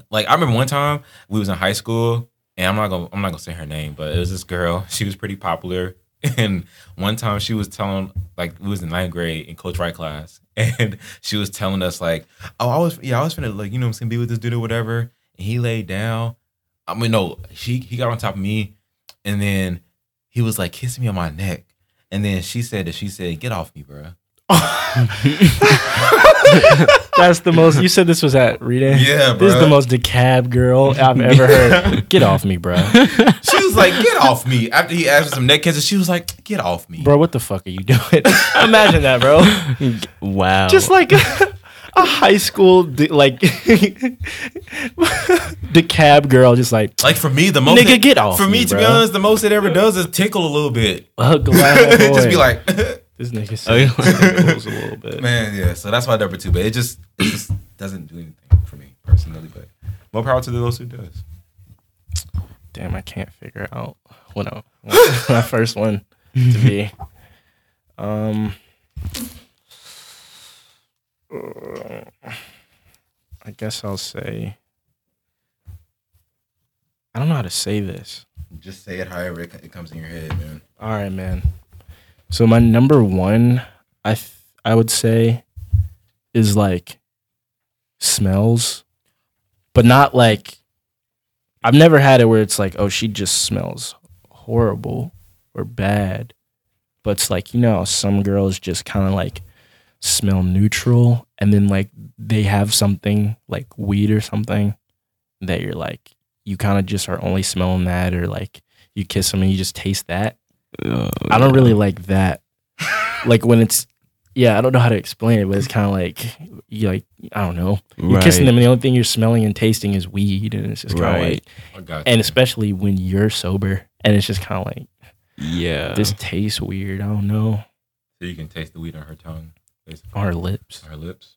Speaker 2: like I remember one time we was in high school, and I'm not gonna I'm not gonna say her name, but it was this girl. [LAUGHS] She was pretty popular, [LAUGHS] and one time she was telling like we was in ninth grade in Coach Wright class, [LAUGHS] and she was telling us like, oh, I was yeah, I was finna like you know what I'm saying be with this dude or whatever, and he laid down. I mean, no, she he got on top of me, and then he was like kissing me on my neck, and then she said that she said get off me, bruh.
Speaker 1: [LAUGHS] That's the most. You said this was at Rita.
Speaker 2: Yeah,
Speaker 1: [LAUGHS] This is the
Speaker 2: bruh.
Speaker 1: most decab girl I've ever heard.
Speaker 2: [LAUGHS]
Speaker 1: Get off me, bro.
Speaker 2: She was like, "Get off me!" After he asked for some neck kisses, she was like, "Get off me!"
Speaker 1: Bro, what the fuck are you doing?
Speaker 2: [LAUGHS]
Speaker 1: Imagine that, bro.
Speaker 3: Wow.
Speaker 2: Oh.
Speaker 1: Just like a, high school, de- like [LAUGHS] decab girl, just like
Speaker 2: Like for me, the most
Speaker 1: Nigga, get off
Speaker 2: For me,
Speaker 1: me,
Speaker 2: to be
Speaker 1: bro.
Speaker 2: honest, the most it ever does is tickle a little bit.
Speaker 1: ugh, glad,
Speaker 2: [LAUGHS] Just be
Speaker 1: boy.
Speaker 2: like, Oh,
Speaker 1: this nigga
Speaker 2: [LAUGHS]
Speaker 1: said a little bit.
Speaker 2: man, yeah. So that's my number two. But it just, it just doesn't do anything for me personally. But more power to those who does.
Speaker 1: Damn, I can't figure out what I, what my first one to
Speaker 2: [LAUGHS]
Speaker 1: be. Um, uh, I guess I'll say. I don't know how to say this.
Speaker 2: Just say it however it, it comes in your head, man.
Speaker 1: All right, man. So my number one, I th- I would say, is like smells, but not like. I've never had it where it's like, oh, she just smells horrible or bad, but it's like you know, some girls just kind of like smell neutral, and then like they have something like weed or something that you're like, you kind of just are only smelling that, or like you kiss them and you just taste that.
Speaker 3: Uh,
Speaker 1: I don't really like that. like when it's yeah, I don't know how to explain it, but it's kind of like you like I don't know. You're kissing them, and the only thing you're smelling and tasting is weed, and it's just kind of
Speaker 3: Right.
Speaker 1: like,
Speaker 2: I got
Speaker 1: and
Speaker 2: you.
Speaker 1: especially when you're sober, and it's just kind of like
Speaker 3: Yeah.
Speaker 1: this tastes weird. I don't know
Speaker 2: so you can taste the weed on her tongue, basically,
Speaker 1: on her lips,
Speaker 2: on her lips.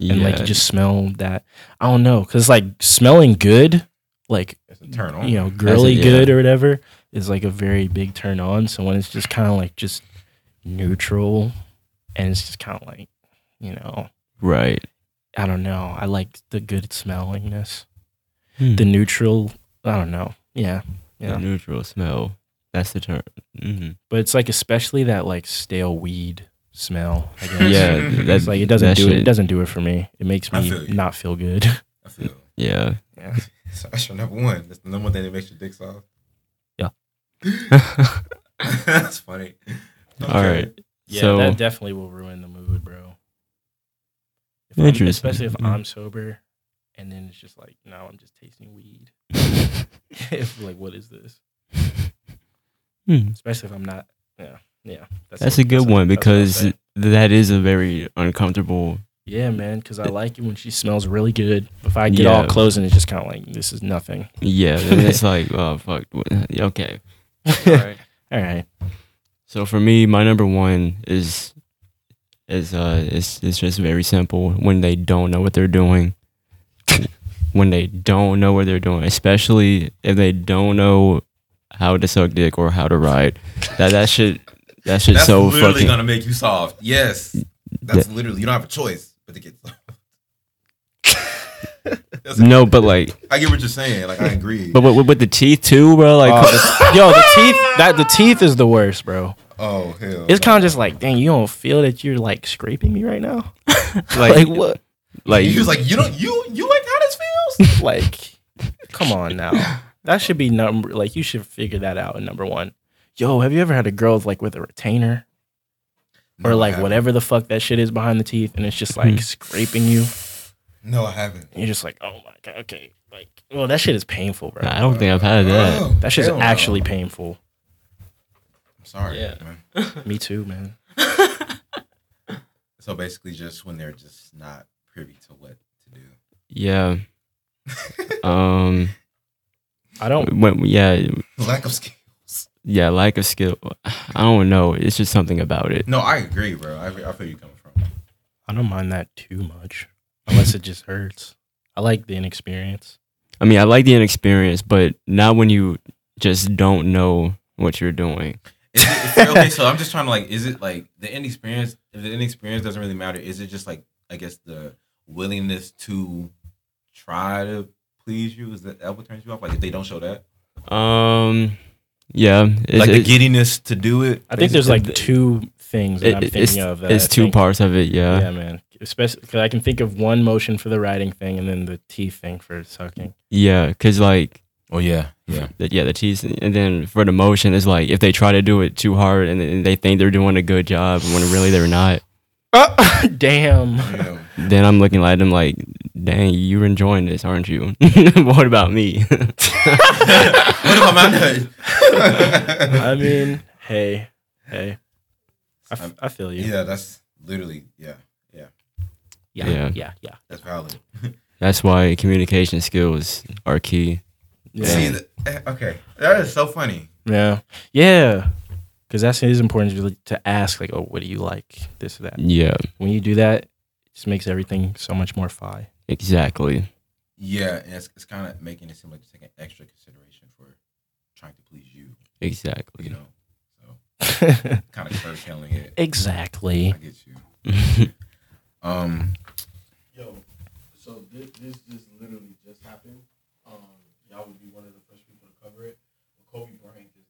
Speaker 1: and like you just smell that. I don't know because like smelling good, like
Speaker 2: It's a turn on.
Speaker 1: you know, girly
Speaker 3: yeah.
Speaker 1: good or whatever is like a very big turn on. So when it's just kind of like just neutral and it's just kind of like, you know,
Speaker 3: Right.
Speaker 1: I don't know. I like the good smellingness,
Speaker 3: Hmm.
Speaker 1: the neutral. I don't know. Yeah,
Speaker 3: The
Speaker 1: yeah.
Speaker 3: neutral smell. That's the term.
Speaker 2: [LAUGHS]
Speaker 3: hmm
Speaker 1: But it's like especially that like stale weed smell. I guess.
Speaker 2: [LAUGHS]
Speaker 3: Yeah. That's
Speaker 1: It's like it doesn't
Speaker 3: that
Speaker 1: do it. It
Speaker 3: shit-
Speaker 1: doesn't do it for me. It makes
Speaker 2: I
Speaker 1: me
Speaker 2: feel you.
Speaker 1: not feel good. [LAUGHS]
Speaker 2: I feel. [LAUGHS]
Speaker 3: Yeah.
Speaker 2: So that's your number one. That's the number one thing that makes your dick soft.
Speaker 1: Yeah.
Speaker 2: [LAUGHS]
Speaker 1: [LAUGHS]
Speaker 2: that's funny.
Speaker 3: All right.
Speaker 1: Yeah,
Speaker 3: So- [LAUGHS]
Speaker 1: that definitely will ruin the mood, bro. If I'm-
Speaker 3: Interesting.
Speaker 1: Especially if
Speaker 3: Mm.
Speaker 1: I'm sober, and then it's just like, no, I'm just tasting weed. [LAUGHS] It's like, what is this?
Speaker 3: Hmm.
Speaker 1: Especially if I'm not. Yeah, yeah.
Speaker 3: That's a good
Speaker 1: that's
Speaker 3: one
Speaker 1: that's what I'll
Speaker 3: because
Speaker 1: say.
Speaker 3: that is a very uncomfortable.
Speaker 1: yeah, man, because I like it when she smells really good. If I get all
Speaker 3: Yeah.
Speaker 1: close and it's just kind of like this is nothing.
Speaker 3: Yeah. Then it's like, oh, fuck. what- Okay.
Speaker 1: all
Speaker 3: All
Speaker 1: right.
Speaker 3: right. So for me, my number one is is uh it's it's just very simple when they don't know what they're doing. when they don't know what they're doing, especially if they don't know how to suck dick or how to ride. That that shit that shit's
Speaker 2: That's
Speaker 3: so
Speaker 2: literally
Speaker 3: fucking
Speaker 2: gonna make you soft. Yes. That's literally you don't have a choice but to get
Speaker 3: [LAUGHS]
Speaker 2: soft. That's-
Speaker 3: No, but like
Speaker 2: I get what you're saying. Like I agree.
Speaker 3: but with, with the teeth too, bro, like
Speaker 1: Yo, the teeth. That the teeth is the worst, bro.
Speaker 2: oh hell.
Speaker 1: It's kind of just like, dang, you don't feel that you're like scraping me right now. [LAUGHS]
Speaker 3: like
Speaker 1: like what?
Speaker 3: like
Speaker 2: He was like, you don't you you like how this
Speaker 3: [LAUGHS]
Speaker 2: feels?
Speaker 1: like come on now that should be number like you should figure that out in number one yo have you ever had a girl like with a retainer or
Speaker 2: No, I
Speaker 1: like
Speaker 2: haven't. Mm-hmm.
Speaker 1: whatever the fuck that shit is behind the teeth and it's just like scraping you
Speaker 2: No, I haven't.
Speaker 1: and you're just like oh my god okay like well that shit is painful bro
Speaker 3: I don't think I've had that.
Speaker 2: Oh,
Speaker 1: that shit's
Speaker 2: hell no.
Speaker 1: actually painful
Speaker 2: I'm sorry.
Speaker 3: Yeah.
Speaker 2: man.
Speaker 1: me too man
Speaker 2: So basically just when they're just not privy to what to do. [LAUGHS]
Speaker 3: Yeah. um
Speaker 1: i don't
Speaker 3: when, yeah,
Speaker 2: Lack of skill.
Speaker 3: yeah, lack of skill. [SIGHS] I don't know. It's just something about it.
Speaker 2: No, I agree, bro. I, I feel you coming from.
Speaker 1: i don't mind that too much unless it just hurts i like the inexperience
Speaker 3: I mean, I like the inexperience, but not when you just don't know what you're doing.
Speaker 2: Is it, is- okay, so I'm just trying to like, is it like the inexperience? If the inexperience doesn't really matter, is it just like I guess the willingness to try to please you? Is that, that what turns you off? Like if they don't show that,
Speaker 3: Um, yeah, it's,
Speaker 2: like the
Speaker 3: it's-
Speaker 2: giddiness to do it.
Speaker 1: i think there's like
Speaker 3: Basically,
Speaker 1: two things that
Speaker 3: it-
Speaker 1: i'm thinking
Speaker 3: it's,
Speaker 1: of that
Speaker 3: it's
Speaker 1: I
Speaker 3: two
Speaker 1: think-
Speaker 3: parts of it. Yeah,
Speaker 1: Yeah,
Speaker 3: yeah,
Speaker 1: man. Especially because I can think of one motion for the writing thing and then the teeth thing for
Speaker 3: [LAUGHS]
Speaker 1: sucking.
Speaker 3: cause like,
Speaker 2: Oh yeah, [LAUGHS] yeah.
Speaker 3: the, yeah, the teeth, and then for the motion, it's like if they try to do it too hard and, then they think they're doing a good job when really they're not,
Speaker 1: Damn.
Speaker 3: then I'm looking at them like, dang, you're enjoying this, aren't you? [LAUGHS] what about me? [LAUGHS]
Speaker 2: what about my nut?
Speaker 1: [LAUGHS] I mean, hey, hey. I, f-
Speaker 2: Um,
Speaker 1: I feel you.
Speaker 2: Yeah, that's literally yeah.
Speaker 3: Yeah.
Speaker 1: yeah, yeah.
Speaker 2: That's valid.
Speaker 3: That's why communication skills are key.
Speaker 2: See,
Speaker 1: Yeah.
Speaker 2: th- eh, okay, that is so funny.
Speaker 1: Yeah. Yeah. Because that's it is important to, to ask, like, oh, what do you like? This or that.
Speaker 3: Yeah,
Speaker 1: When you do that, it just makes everything so much more [LAUGHS] fi.
Speaker 3: exactly.
Speaker 2: Yeah, and it's, it's kind of making it seem like you're taking extra consideration for trying to please you. You
Speaker 3: Exactly.
Speaker 2: know, so kind of curtailing it.
Speaker 1: [LAUGHS] exactly.
Speaker 2: I get you. Um,
Speaker 8: Yo, so this, this just literally just happened. Um, y'all would be one of the first people to cover it. But Kobe Bryant just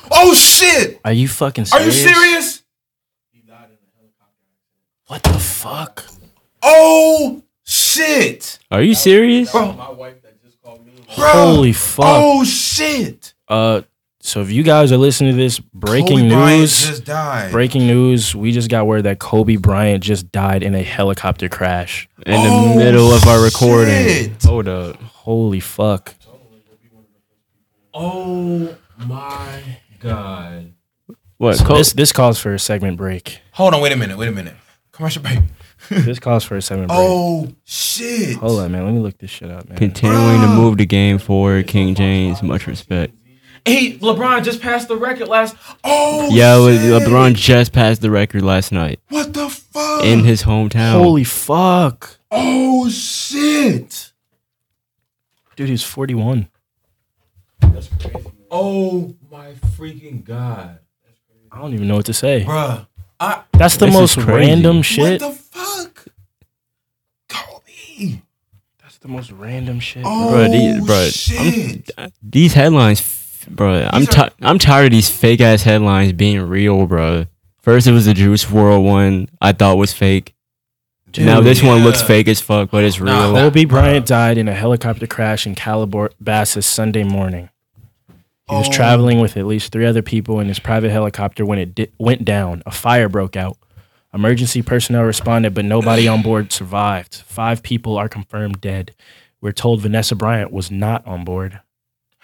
Speaker 8: died.
Speaker 2: oh shit!
Speaker 1: Are you fucking
Speaker 2: Are you
Speaker 1: serious?
Speaker 2: serious?
Speaker 8: He died in a helicopter accident.
Speaker 1: What the fuck?
Speaker 2: Oh shit,
Speaker 3: [LAUGHS] Are you serious?
Speaker 2: bro!
Speaker 8: My wife that just called me.
Speaker 2: bro.
Speaker 1: Holy fuck.
Speaker 2: Oh shit!
Speaker 1: Uh, so if you guys are listening to this, breaking
Speaker 2: Kobe Bryant
Speaker 1: news.
Speaker 2: just died.
Speaker 1: Breaking news. We just got word that Kobe Bryant just died in a helicopter crash.
Speaker 3: in
Speaker 2: Oh,
Speaker 3: the middle of our recording.
Speaker 2: shit.
Speaker 3: Hold up.
Speaker 1: Holy fuck.
Speaker 8: Oh my god.
Speaker 3: What?
Speaker 1: So this this calls for a segment
Speaker 2: [LAUGHS]
Speaker 1: break.
Speaker 2: Hold on, wait a minute, wait a minute. Commercial break.
Speaker 1: This calls for a segment break.
Speaker 2: Oh shit!
Speaker 1: Hold on, man. Let me look this shit up, man.
Speaker 3: continuing to move the game forward, King James, much respect.
Speaker 8: He LeBron just passed the record last.
Speaker 2: Oh
Speaker 3: Yeah,
Speaker 2: shit.
Speaker 3: LeBron just passed the record last night
Speaker 2: What the fuck?
Speaker 3: in his hometown.
Speaker 1: Holy fuck,
Speaker 2: oh shit!
Speaker 1: dude. He's forty one.
Speaker 8: Oh my freaking god.
Speaker 1: I don't even know what to say.
Speaker 2: Bruh. I-
Speaker 1: That's the
Speaker 3: This
Speaker 1: most
Speaker 3: is crazy.
Speaker 1: random shit.
Speaker 2: What the fuck? Kobe.
Speaker 1: That's the most random shit. bro.
Speaker 2: Oh
Speaker 3: Bruh, these- bruh,
Speaker 2: shit.
Speaker 3: These headlines, f- bruh. I'm
Speaker 2: These are-
Speaker 3: ti I'm tired of these fake ass headlines being real, bruh. First it was the Juice World one I thought was fake. now this one looks
Speaker 2: yeah.
Speaker 3: fake as fuck, but it's
Speaker 2: Nah,
Speaker 3: real.
Speaker 2: that-
Speaker 1: Kobe Bryant died in a helicopter crash in Calabasas Sunday morning. He was
Speaker 2: Oh.
Speaker 1: traveling with at least three other people in his private helicopter when it di- went down. A fire broke out. Emergency personnel responded, but nobody on board survived. Five people are confirmed dead. We're told Vanessa Bryant was not on board.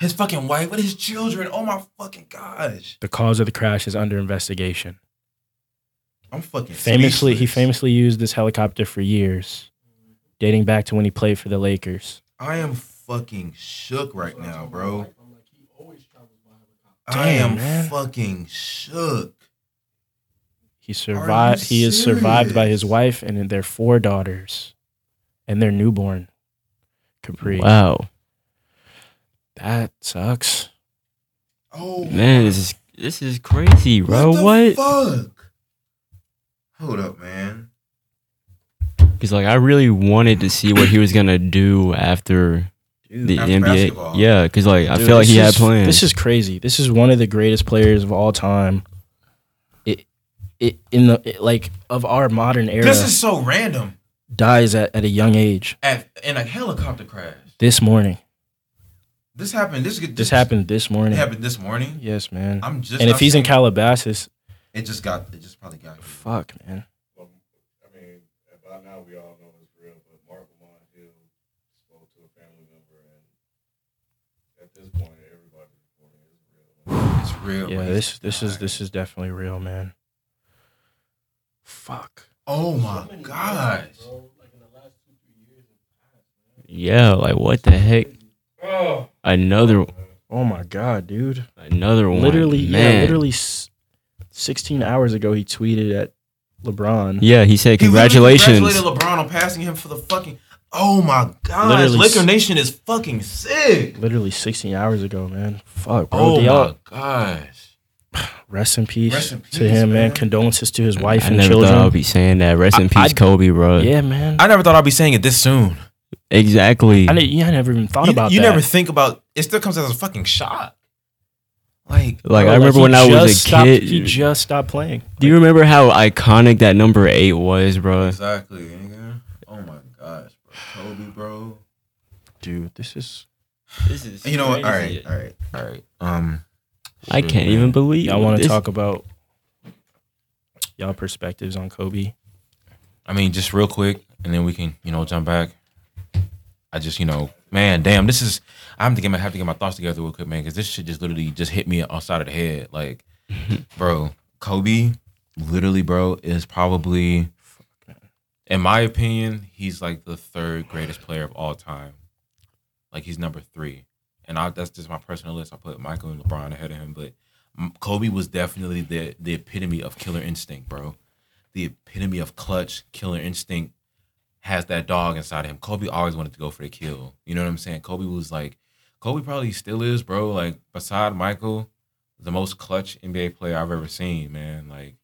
Speaker 2: His fucking wife with his children. Oh my fucking gosh.
Speaker 1: The cause of the crash is under investigation.
Speaker 2: I'm fucking
Speaker 1: Famously, he
Speaker 2: speechless.
Speaker 1: famously used this helicopter for years, dating back to when he played for the Lakers.
Speaker 2: I am fucking shook right now, bro. I
Speaker 1: Damn,
Speaker 2: am
Speaker 1: man.
Speaker 2: fucking shook.
Speaker 1: He survived. He is survived by his
Speaker 2: serious?
Speaker 1: wife and their four daughters, and their newborn, Capri.
Speaker 3: Wow,
Speaker 1: That sucks.
Speaker 2: Oh
Speaker 3: man, this is this is crazy, bro.
Speaker 2: What?
Speaker 3: What?
Speaker 2: the Fuck. Hold up, man.
Speaker 3: Because like I really wanted to see what he was gonna do after the
Speaker 2: after
Speaker 3: NBA.
Speaker 2: basketball.
Speaker 3: Yeah, because like I
Speaker 1: Dude,
Speaker 3: feel like
Speaker 1: this
Speaker 3: he had
Speaker 1: is-
Speaker 3: plans.
Speaker 1: This is crazy. This is one of the greatest players of all time. It, it in the it, like of our modern era
Speaker 2: This is so random.
Speaker 1: dies at, at a young age.
Speaker 2: At in a helicopter crash.
Speaker 1: This morning.
Speaker 2: This happened. This this,
Speaker 1: This happened this
Speaker 2: It
Speaker 1: morning.
Speaker 2: happened this morning.
Speaker 1: Yes, man.
Speaker 2: I'm just.
Speaker 1: And
Speaker 2: not
Speaker 1: if he's in
Speaker 2: saying-
Speaker 1: Calabasas,
Speaker 2: it just got. It just probably got.
Speaker 1: fuck, man.
Speaker 8: I mean, by now we all know it's real, but Mark Lamont Hill spoke to a family member, and at this point, everybody's reporting it's real.
Speaker 2: It's real.
Speaker 1: Yeah,
Speaker 2: but
Speaker 1: this
Speaker 2: it's
Speaker 1: this is
Speaker 2: not.
Speaker 1: this is definitely real, man. Fuck.
Speaker 2: Oh my gosh.
Speaker 3: yeah, like what the heck?
Speaker 8: Oh,
Speaker 3: Another
Speaker 1: Oh my god, dude.
Speaker 3: another one.
Speaker 1: literally,
Speaker 3: Oh man.
Speaker 1: yeah, literally s- 16 hours ago, he tweeted at LeBron.
Speaker 3: Yeah, he said
Speaker 2: He literally
Speaker 3: congratulations.
Speaker 2: Congratulated LeBron on passing him for the fucking. Oh my gosh.
Speaker 1: Literally
Speaker 2: Laker
Speaker 1: s-
Speaker 2: Nation is fucking sick.
Speaker 1: Literally 16 hours ago, man. Fuck, bro.
Speaker 2: oh
Speaker 1: Do
Speaker 2: my
Speaker 1: y'all-
Speaker 2: gosh.
Speaker 1: rest in peace,
Speaker 2: Rest in
Speaker 1: to
Speaker 2: peace,
Speaker 1: him, man.
Speaker 2: man.
Speaker 1: Condolences to his wife
Speaker 3: I
Speaker 1: and
Speaker 3: never
Speaker 1: children.
Speaker 3: thought I'd be saying that. Rest in
Speaker 1: I-
Speaker 3: peace, Kobe, bro.
Speaker 1: yeah, man. I,
Speaker 2: I never thought I'd be saying it this soon.
Speaker 3: exactly.
Speaker 1: didn't, yeah, I never even thought
Speaker 2: you,
Speaker 1: about
Speaker 2: you
Speaker 1: that.
Speaker 2: never think about it still comes as a fucking shock like
Speaker 3: like
Speaker 1: Bro,
Speaker 3: I remember
Speaker 1: he
Speaker 3: when I was
Speaker 1: just
Speaker 3: a
Speaker 1: stopped-
Speaker 3: kid.
Speaker 1: He just stopped playing.
Speaker 3: Do you remember how iconic that number eight was, bro?
Speaker 2: exactly nigga. oh my gosh bro kobe bro
Speaker 1: Dude, this is.
Speaker 3: This is
Speaker 2: you know what all right all right all right um
Speaker 3: I
Speaker 2: shit,
Speaker 3: can't
Speaker 2: man.
Speaker 3: even believe.
Speaker 1: Y'all want to
Speaker 3: this.
Speaker 1: talk about y'all perspectives on Kobe?
Speaker 2: i mean just real quick and then we can you know jump back i just you know man damn this is i have to get my have to get my thoughts together real quick man because this shit just literally just hit me on side of the head [LAUGHS] like bro kobe literally bro is probably in my opinion, he's like the third greatest player of all time. Like he's number three, and I, that's just my personal list. I put Michael and LeBron ahead of him, but M- Kobe was definitely the the epitome of killer instinct, bro. The epitome of clutch killer instinct has that dog inside of him. Kobe always wanted to go for the kill. You know what I'm saying? Kobe was like, Kobe probably still is, bro. Like beside Michael, the most clutch NBA player I've ever seen, man. Like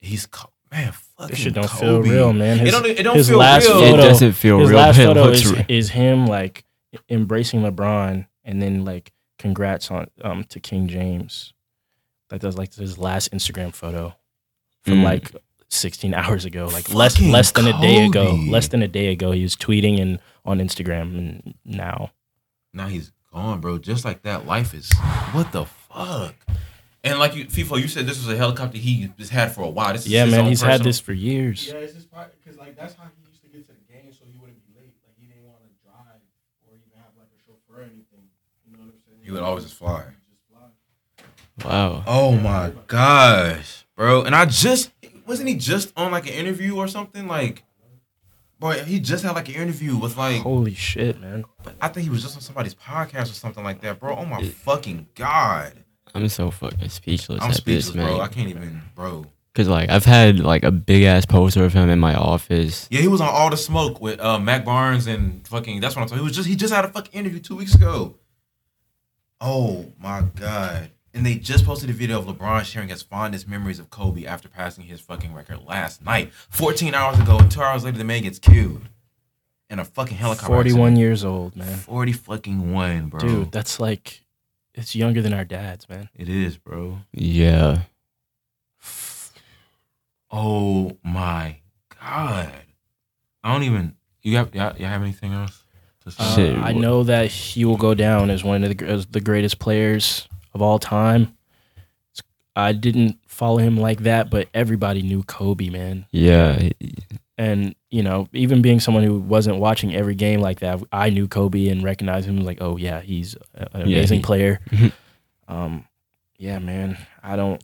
Speaker 2: he's Ko- man, fucking
Speaker 1: This shit don't
Speaker 2: Kobe.
Speaker 1: feel real, man.
Speaker 2: It
Speaker 1: His-
Speaker 2: don't, it don't
Speaker 1: his [LAUGHS]
Speaker 2: feel
Speaker 1: last
Speaker 2: real.
Speaker 3: It
Speaker 1: photo-
Speaker 3: doesn't feel
Speaker 1: his
Speaker 3: real.
Speaker 1: last
Speaker 3: it
Speaker 1: photo
Speaker 3: looks
Speaker 1: [LAUGHS] is,
Speaker 3: real.
Speaker 1: is him like embracing LeBron and then like congrats on um to King James. That does like his last Instagram photo from
Speaker 3: Mm.
Speaker 1: like 16 hours ago, like less
Speaker 2: Fucking
Speaker 1: less than a day ago.
Speaker 2: Kobe.
Speaker 1: Less than a day ago, he was tweeting and on Instagram, and now
Speaker 2: now he's gone, bro. Just like that, life is what the fuck. And like you, FIFO, you said this was a helicopter he just had for a while. This is
Speaker 1: yeah,
Speaker 2: his
Speaker 1: man,
Speaker 2: own
Speaker 1: he's had
Speaker 2: personal-
Speaker 1: this for years.
Speaker 8: Yeah, it's just because like that's how he used to get to the game, so he wouldn't be late. Like he didn't want to drive or even have like a chauffeur or anything. You know what I'm saying?
Speaker 2: He would always just fly.
Speaker 8: Just fly.
Speaker 3: Wow.
Speaker 2: Oh my gosh, bro! And I just wasn't he just on like an interview or something like. Boy, he just had like an interview with like
Speaker 1: Holy shit, man!
Speaker 2: I think he was just on somebody's podcast or something like that, bro. Oh my fucking god,
Speaker 3: I'm so fucking speechless
Speaker 2: I'm
Speaker 3: at
Speaker 2: speechless,
Speaker 3: this, man.
Speaker 2: bro. I can't even, bro.
Speaker 3: Cause like I've had like a big ass poster of him in my office.
Speaker 2: Yeah, he was on All the Smoke with uh, Mac Barnes and fucking. That's what I'm talking. He was just he just had a fucking interview two weeks ago. Oh my god, And they just posted a video of LeBron sharing his fondest memories of Kobe after passing his fucking record last night, 14 hours ago. And two hours later, the man gets killed in a fucking helicopter.
Speaker 1: 41
Speaker 2: accident.
Speaker 1: years old, man.
Speaker 2: 40 fucking one, bro.
Speaker 1: Dude, that's like, it's younger than our dads, man.
Speaker 2: It is, bro.
Speaker 3: Yeah.
Speaker 2: Oh my god. I don't even. You have y'all, y'all have anything else? to say?
Speaker 1: Uh,
Speaker 3: Shit,
Speaker 1: I
Speaker 3: what-
Speaker 1: know that he will go down as one of the, gr- as the greatest players of all time. It's- I didn't follow him like that, but everybody knew Kobe, man.
Speaker 3: Yeah.
Speaker 1: And, you know, even being someone who wasn't watching every game like that, I knew Kobe and recognized him like, oh, yeah, he's a- an
Speaker 3: Yeah,
Speaker 1: amazing
Speaker 3: he- [LAUGHS]
Speaker 1: player.
Speaker 3: Mhm.
Speaker 1: um, yeah, man. I don't.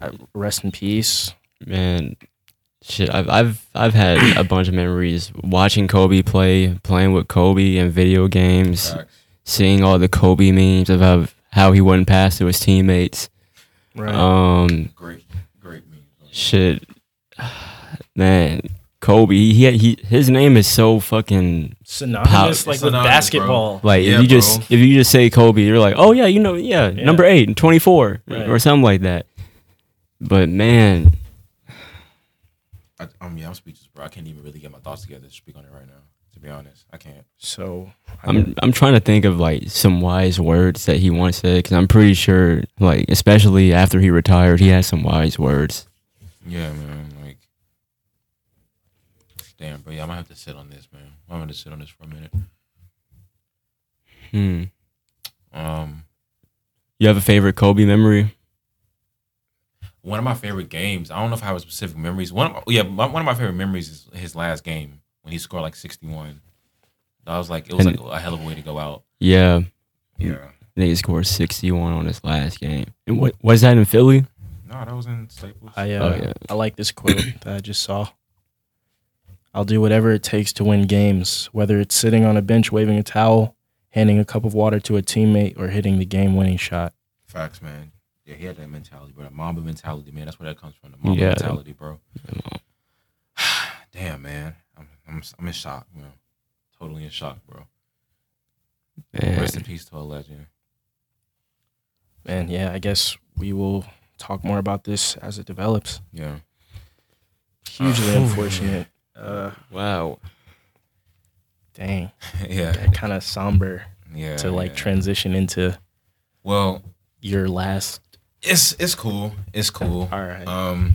Speaker 1: I, rest in peace.
Speaker 3: Man, shit. I've I've I've had a bunch of memories watching Kobe play, playing with Kobe in video games, seeing all the Kobe memes about how he wouldn't pass to his teammates.
Speaker 1: Right.
Speaker 3: Um,
Speaker 2: Great, great meme.
Speaker 3: shit, [SIGHS] man. Kobe, he, he his name is so fucking
Speaker 1: synonymous
Speaker 3: Pow-
Speaker 1: like with
Speaker 2: synonymous,
Speaker 1: basketball.
Speaker 3: like
Speaker 2: Yeah,
Speaker 3: if you just
Speaker 2: bro.
Speaker 3: if you just say Kobe, you're like, oh yeah, you know, yeah,
Speaker 1: Yeah.
Speaker 3: number eight and twenty four
Speaker 1: Right.
Speaker 3: or something like that. But man,
Speaker 2: I, um, yeah, I'm speechless, bro. I can't even really get my thoughts together to speak on it right now. To be honest, I can't.
Speaker 1: So
Speaker 3: I'm I'm trying to think of like some wise words that he once said because I'm pretty sure like especially after he retired, he had some wise words.
Speaker 2: Yeah, man. Like, damn, bro. Yeah, I'm gonna have to sit on this, man. I'm gonna sit on this for a minute.
Speaker 3: Hmm.
Speaker 2: Um,
Speaker 3: You have a favorite Kobe memory?
Speaker 2: one of my favorite games. I don't know if I have specific memories. One, of my, yeah, my, one of my favorite memories is his last game when he scored like 61. That was like it was
Speaker 3: And-
Speaker 2: like a hell of a way to go out.
Speaker 3: Yeah,
Speaker 2: Yeah.
Speaker 3: they scored sixty one on his last game. And what was that in Philly?
Speaker 2: No, that was in Staples.
Speaker 1: I uh,
Speaker 3: Oh, yeah.
Speaker 1: I like this quote that I just saw. I'll do whatever it takes to win games, whether it's sitting on a bench waving a towel, handing a cup of water to a teammate, or hitting the game-winning shot.
Speaker 2: Facts, man. Yeah, he had that mentality, bro. The Mamba mentality, man. That's where that comes from. The Mamba
Speaker 3: Yeah.
Speaker 2: mentality, bro. [SIGHS] Damn, man. I'm, I'm, I'm in shock, bro. Totally in shock, bro.
Speaker 3: Man,
Speaker 2: Rest in peace to a legend.
Speaker 1: And yeah, I guess we will talk more about this as it develops.
Speaker 2: Yeah.
Speaker 1: Hugely
Speaker 2: Oh.
Speaker 1: unfortunate. Uh,
Speaker 3: wow.
Speaker 1: dang,
Speaker 2: [LAUGHS] yeah.
Speaker 1: that kind of somber
Speaker 2: Yeah.
Speaker 1: to like
Speaker 2: yeah.
Speaker 1: transition into
Speaker 2: Well,
Speaker 1: your last.
Speaker 2: it's it's cool. It's cool.
Speaker 1: All right. [LAUGHS]
Speaker 2: Um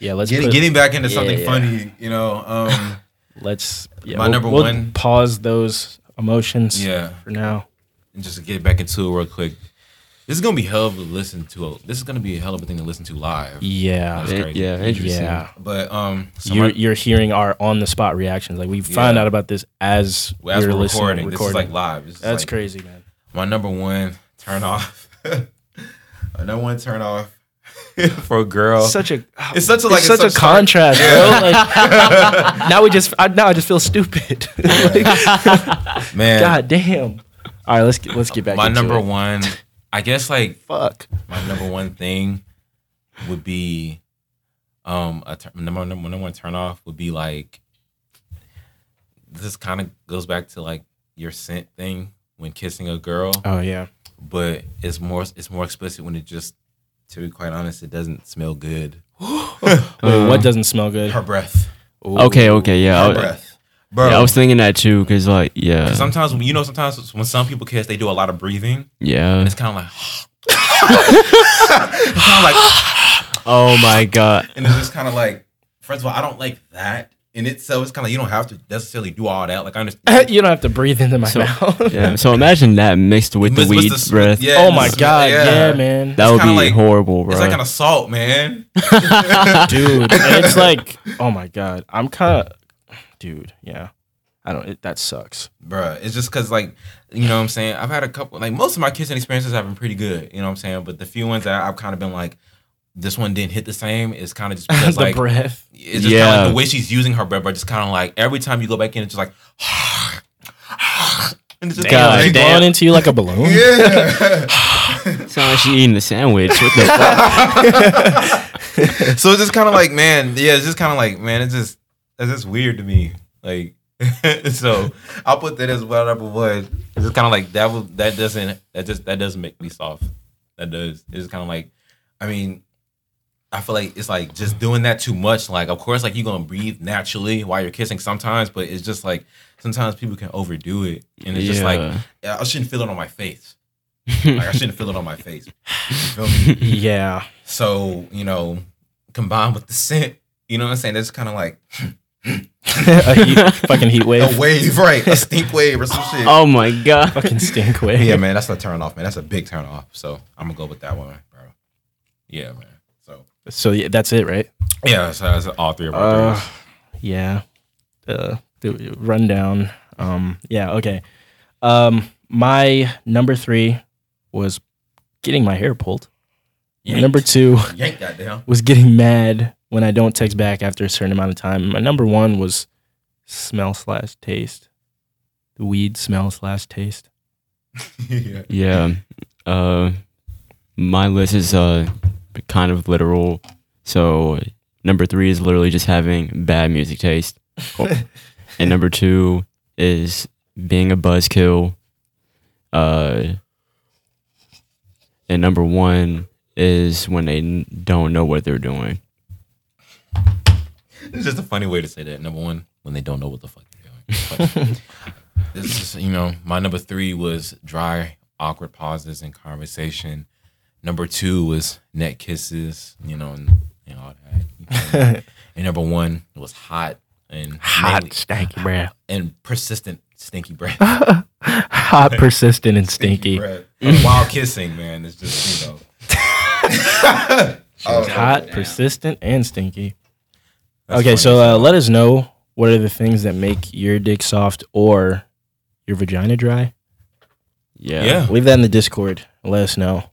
Speaker 1: yeah, let's
Speaker 2: getting
Speaker 1: put-
Speaker 2: getting back into something
Speaker 1: yeah.
Speaker 2: funny, you know. Um
Speaker 1: let's. Yeah,
Speaker 2: My
Speaker 1: we'll-
Speaker 2: number
Speaker 1: we'll
Speaker 2: one-
Speaker 1: Pause those emotions.
Speaker 2: yeah.
Speaker 1: For now.
Speaker 2: and just to get back into it real quick. This is gonna be hell of a listen to. This is gonna be a hell of a thing to listen to live.
Speaker 1: Yeah.
Speaker 2: That's crazy.
Speaker 3: Yeah, interesting.
Speaker 1: Yeah.
Speaker 2: But um, so
Speaker 1: You're,
Speaker 2: my-
Speaker 1: you're hearing our on the spot reactions. Like we found out about this as,
Speaker 2: as
Speaker 1: we
Speaker 2: we're
Speaker 1: were listening-
Speaker 2: recording, this is like live. This is
Speaker 1: That's
Speaker 2: like
Speaker 1: crazy, man.
Speaker 2: My number one turn off. [LAUGHS] my number one turn off [LAUGHS] for a girl.
Speaker 1: Such a oh,
Speaker 2: it's such a like
Speaker 1: it's such, a contrast, bro.
Speaker 2: [LAUGHS]
Speaker 1: Like, now we just I, now I just feel stupid. [LAUGHS] Like,
Speaker 2: man.
Speaker 1: God damn. All right, let's get, let's get back.
Speaker 2: my
Speaker 1: into
Speaker 2: number
Speaker 1: it.
Speaker 2: one, I guess, like
Speaker 1: Fuck.
Speaker 2: my number one thing would be um a tur- number number number one turn off would be like this kind of goes back to like your scent thing when kissing a girl
Speaker 1: Oh yeah.
Speaker 2: but it's more it's more explicit when it just to be quite honest it doesn't smell good
Speaker 1: Wait,
Speaker 2: Um,
Speaker 1: what doesn't smell good?
Speaker 2: her breath
Speaker 3: Okay, okay, yeah. I,
Speaker 2: her
Speaker 3: was-
Speaker 2: breath bro
Speaker 3: yeah, I was thinking that too because like yeah,
Speaker 2: sometimes when you know sometimes when some people kiss they do a lot of breathing
Speaker 3: yeah.
Speaker 2: and it's kind of like [SIGHS] kind of like
Speaker 3: Oh my god.
Speaker 2: and it's just kind of like first of all i don't like that in itself it's kind of like you don't have to necessarily do all that like i understand
Speaker 1: [LAUGHS] you don't have to breathe into my
Speaker 3: So-
Speaker 1: mouth. [LAUGHS]
Speaker 2: [LAUGHS]
Speaker 3: Yeah. So imagine that mixed with
Speaker 2: But-
Speaker 3: the
Speaker 2: but
Speaker 3: weed
Speaker 2: the-
Speaker 3: breath.
Speaker 2: yeah,
Speaker 1: oh my
Speaker 2: it's-
Speaker 1: god. Yeah, man.
Speaker 2: [LAUGHS]
Speaker 3: That would be
Speaker 2: kinda like-
Speaker 3: horrible, bro.
Speaker 2: it's like an assault man
Speaker 1: dude. And it's like, oh my god, I'm kind of, dude. Yeah, I don't. It, that sucks.
Speaker 2: Bruh, it's just because, like, you know what I'm saying? I've had a couple, like, most of my kissing experiences have been pretty good, you know what I'm saying? But the few ones that I've kind of been like, this one didn't hit the same, it's kind
Speaker 3: [LAUGHS]
Speaker 2: of
Speaker 1: [LAUGHS]
Speaker 2: just
Speaker 1: the
Speaker 2: because, like,
Speaker 1: breath.
Speaker 2: it's just kind of
Speaker 3: Yeah.
Speaker 2: like the way she's using her breath, but just kind of like every time you go back in, it's just like, [SIGHS] and it's just
Speaker 3: God
Speaker 1: Is it
Speaker 2: like,
Speaker 1: blowing into you like a balloon.
Speaker 3: Sound like she eating a sandwich. What
Speaker 2: [LAUGHS]
Speaker 3: the fuck?
Speaker 2: So it's just kind of like, [LAUGHS] man, yeah, it's just kind of like, man, it's just, it's just weird to me. Like, so I'll put that as well number one. It's kind of like that. Was, that doesn't. That just that doesn't make me soft. That does. It's kind of like, I mean, I feel like it's like just doing that too much. Like, of course, like you're gonna breathe naturally while you're kissing sometimes, but it's just like sometimes people can overdo it, and it's just like
Speaker 3: Yeah.
Speaker 2: I shouldn't feel it on my face. Like I shouldn't feel it on my face. You feel me?
Speaker 1: Yeah.
Speaker 2: So, you know, combined with the scent, you know what I'm saying? That's kind of like
Speaker 1: a heat, fucking heat
Speaker 2: [LAUGHS] a
Speaker 1: wave.
Speaker 2: wave, right? A stink wave or some shit.
Speaker 3: [LAUGHS] oh my god.
Speaker 1: fucking stink wave.
Speaker 2: Yeah, man, that's a turn off, man. That's a big turn off. So I'm gonna go with that one, bro. Yeah, man. So
Speaker 1: So yeah, that's it, right?
Speaker 2: yeah, so that's all three of our
Speaker 1: Uh, yeah. Uh, the rundown. Um, yeah. Okay. Um, my number three was getting my hair pulled.
Speaker 2: threes.
Speaker 1: Number two [LAUGHS]
Speaker 2: Yank- yank, goddamn.
Speaker 1: was getting mad when I don't text back after a certain amount of time. My number one was smell slash taste. The weed smell slash taste.
Speaker 2: yeah.
Speaker 3: Yeah. Uh, my list is uh kind of literal. So number three is literally just having bad music
Speaker 1: [LAUGHS]
Speaker 3: taste, and number two is being a buzzkill. Uh, and number one is when they n- don't know what they're doing.
Speaker 2: It's just a funny way to say that. Number one, when they don't know what the fuck
Speaker 1: [LAUGHS]
Speaker 2: they're doing. But this is, you know, my number three was dry, awkward pauses in conversation. Number two was net kisses, you know, and, and all that.
Speaker 1: [LAUGHS]
Speaker 2: you know. and number one was hot and mainly-
Speaker 1: stanky breath.
Speaker 2: and persistent
Speaker 1: [LAUGHS]
Speaker 2: stinky breath.
Speaker 1: Hot, persistent, and stinky.
Speaker 2: breath. While kissing, man, it's
Speaker 1: [LAUGHS]
Speaker 2: just you know.
Speaker 1: hot, persistent, and stinky. okay, so uh, let us know what are the things that make your dick soft or your vagina dry.
Speaker 3: Yeah.
Speaker 2: yeah,
Speaker 1: Leave that in the Discord. Let us know.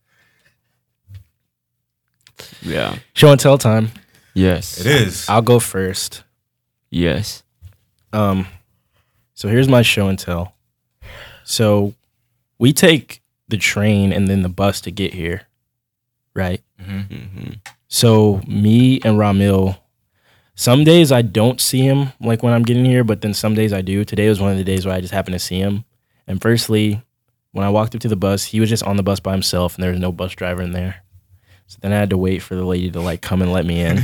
Speaker 3: Yeah.
Speaker 1: Show and tell time.
Speaker 3: Yes.
Speaker 2: it is.
Speaker 1: I'll go first.
Speaker 3: Yes.
Speaker 1: Um, so here's my show and tell. So we take the train and then the bus to get here, right? [LAUGHS]
Speaker 2: Mm-hmm.
Speaker 3: Mhm.
Speaker 1: So me and Ramil, some days I don't see him like when I'm getting here, but then some days I do. Today was one of the days where I just happened to see him. And firstly, when I walked up to the bus, he was just on the bus by himself and there was no bus driver in there. So then I had to wait for the lady to like come and let me in.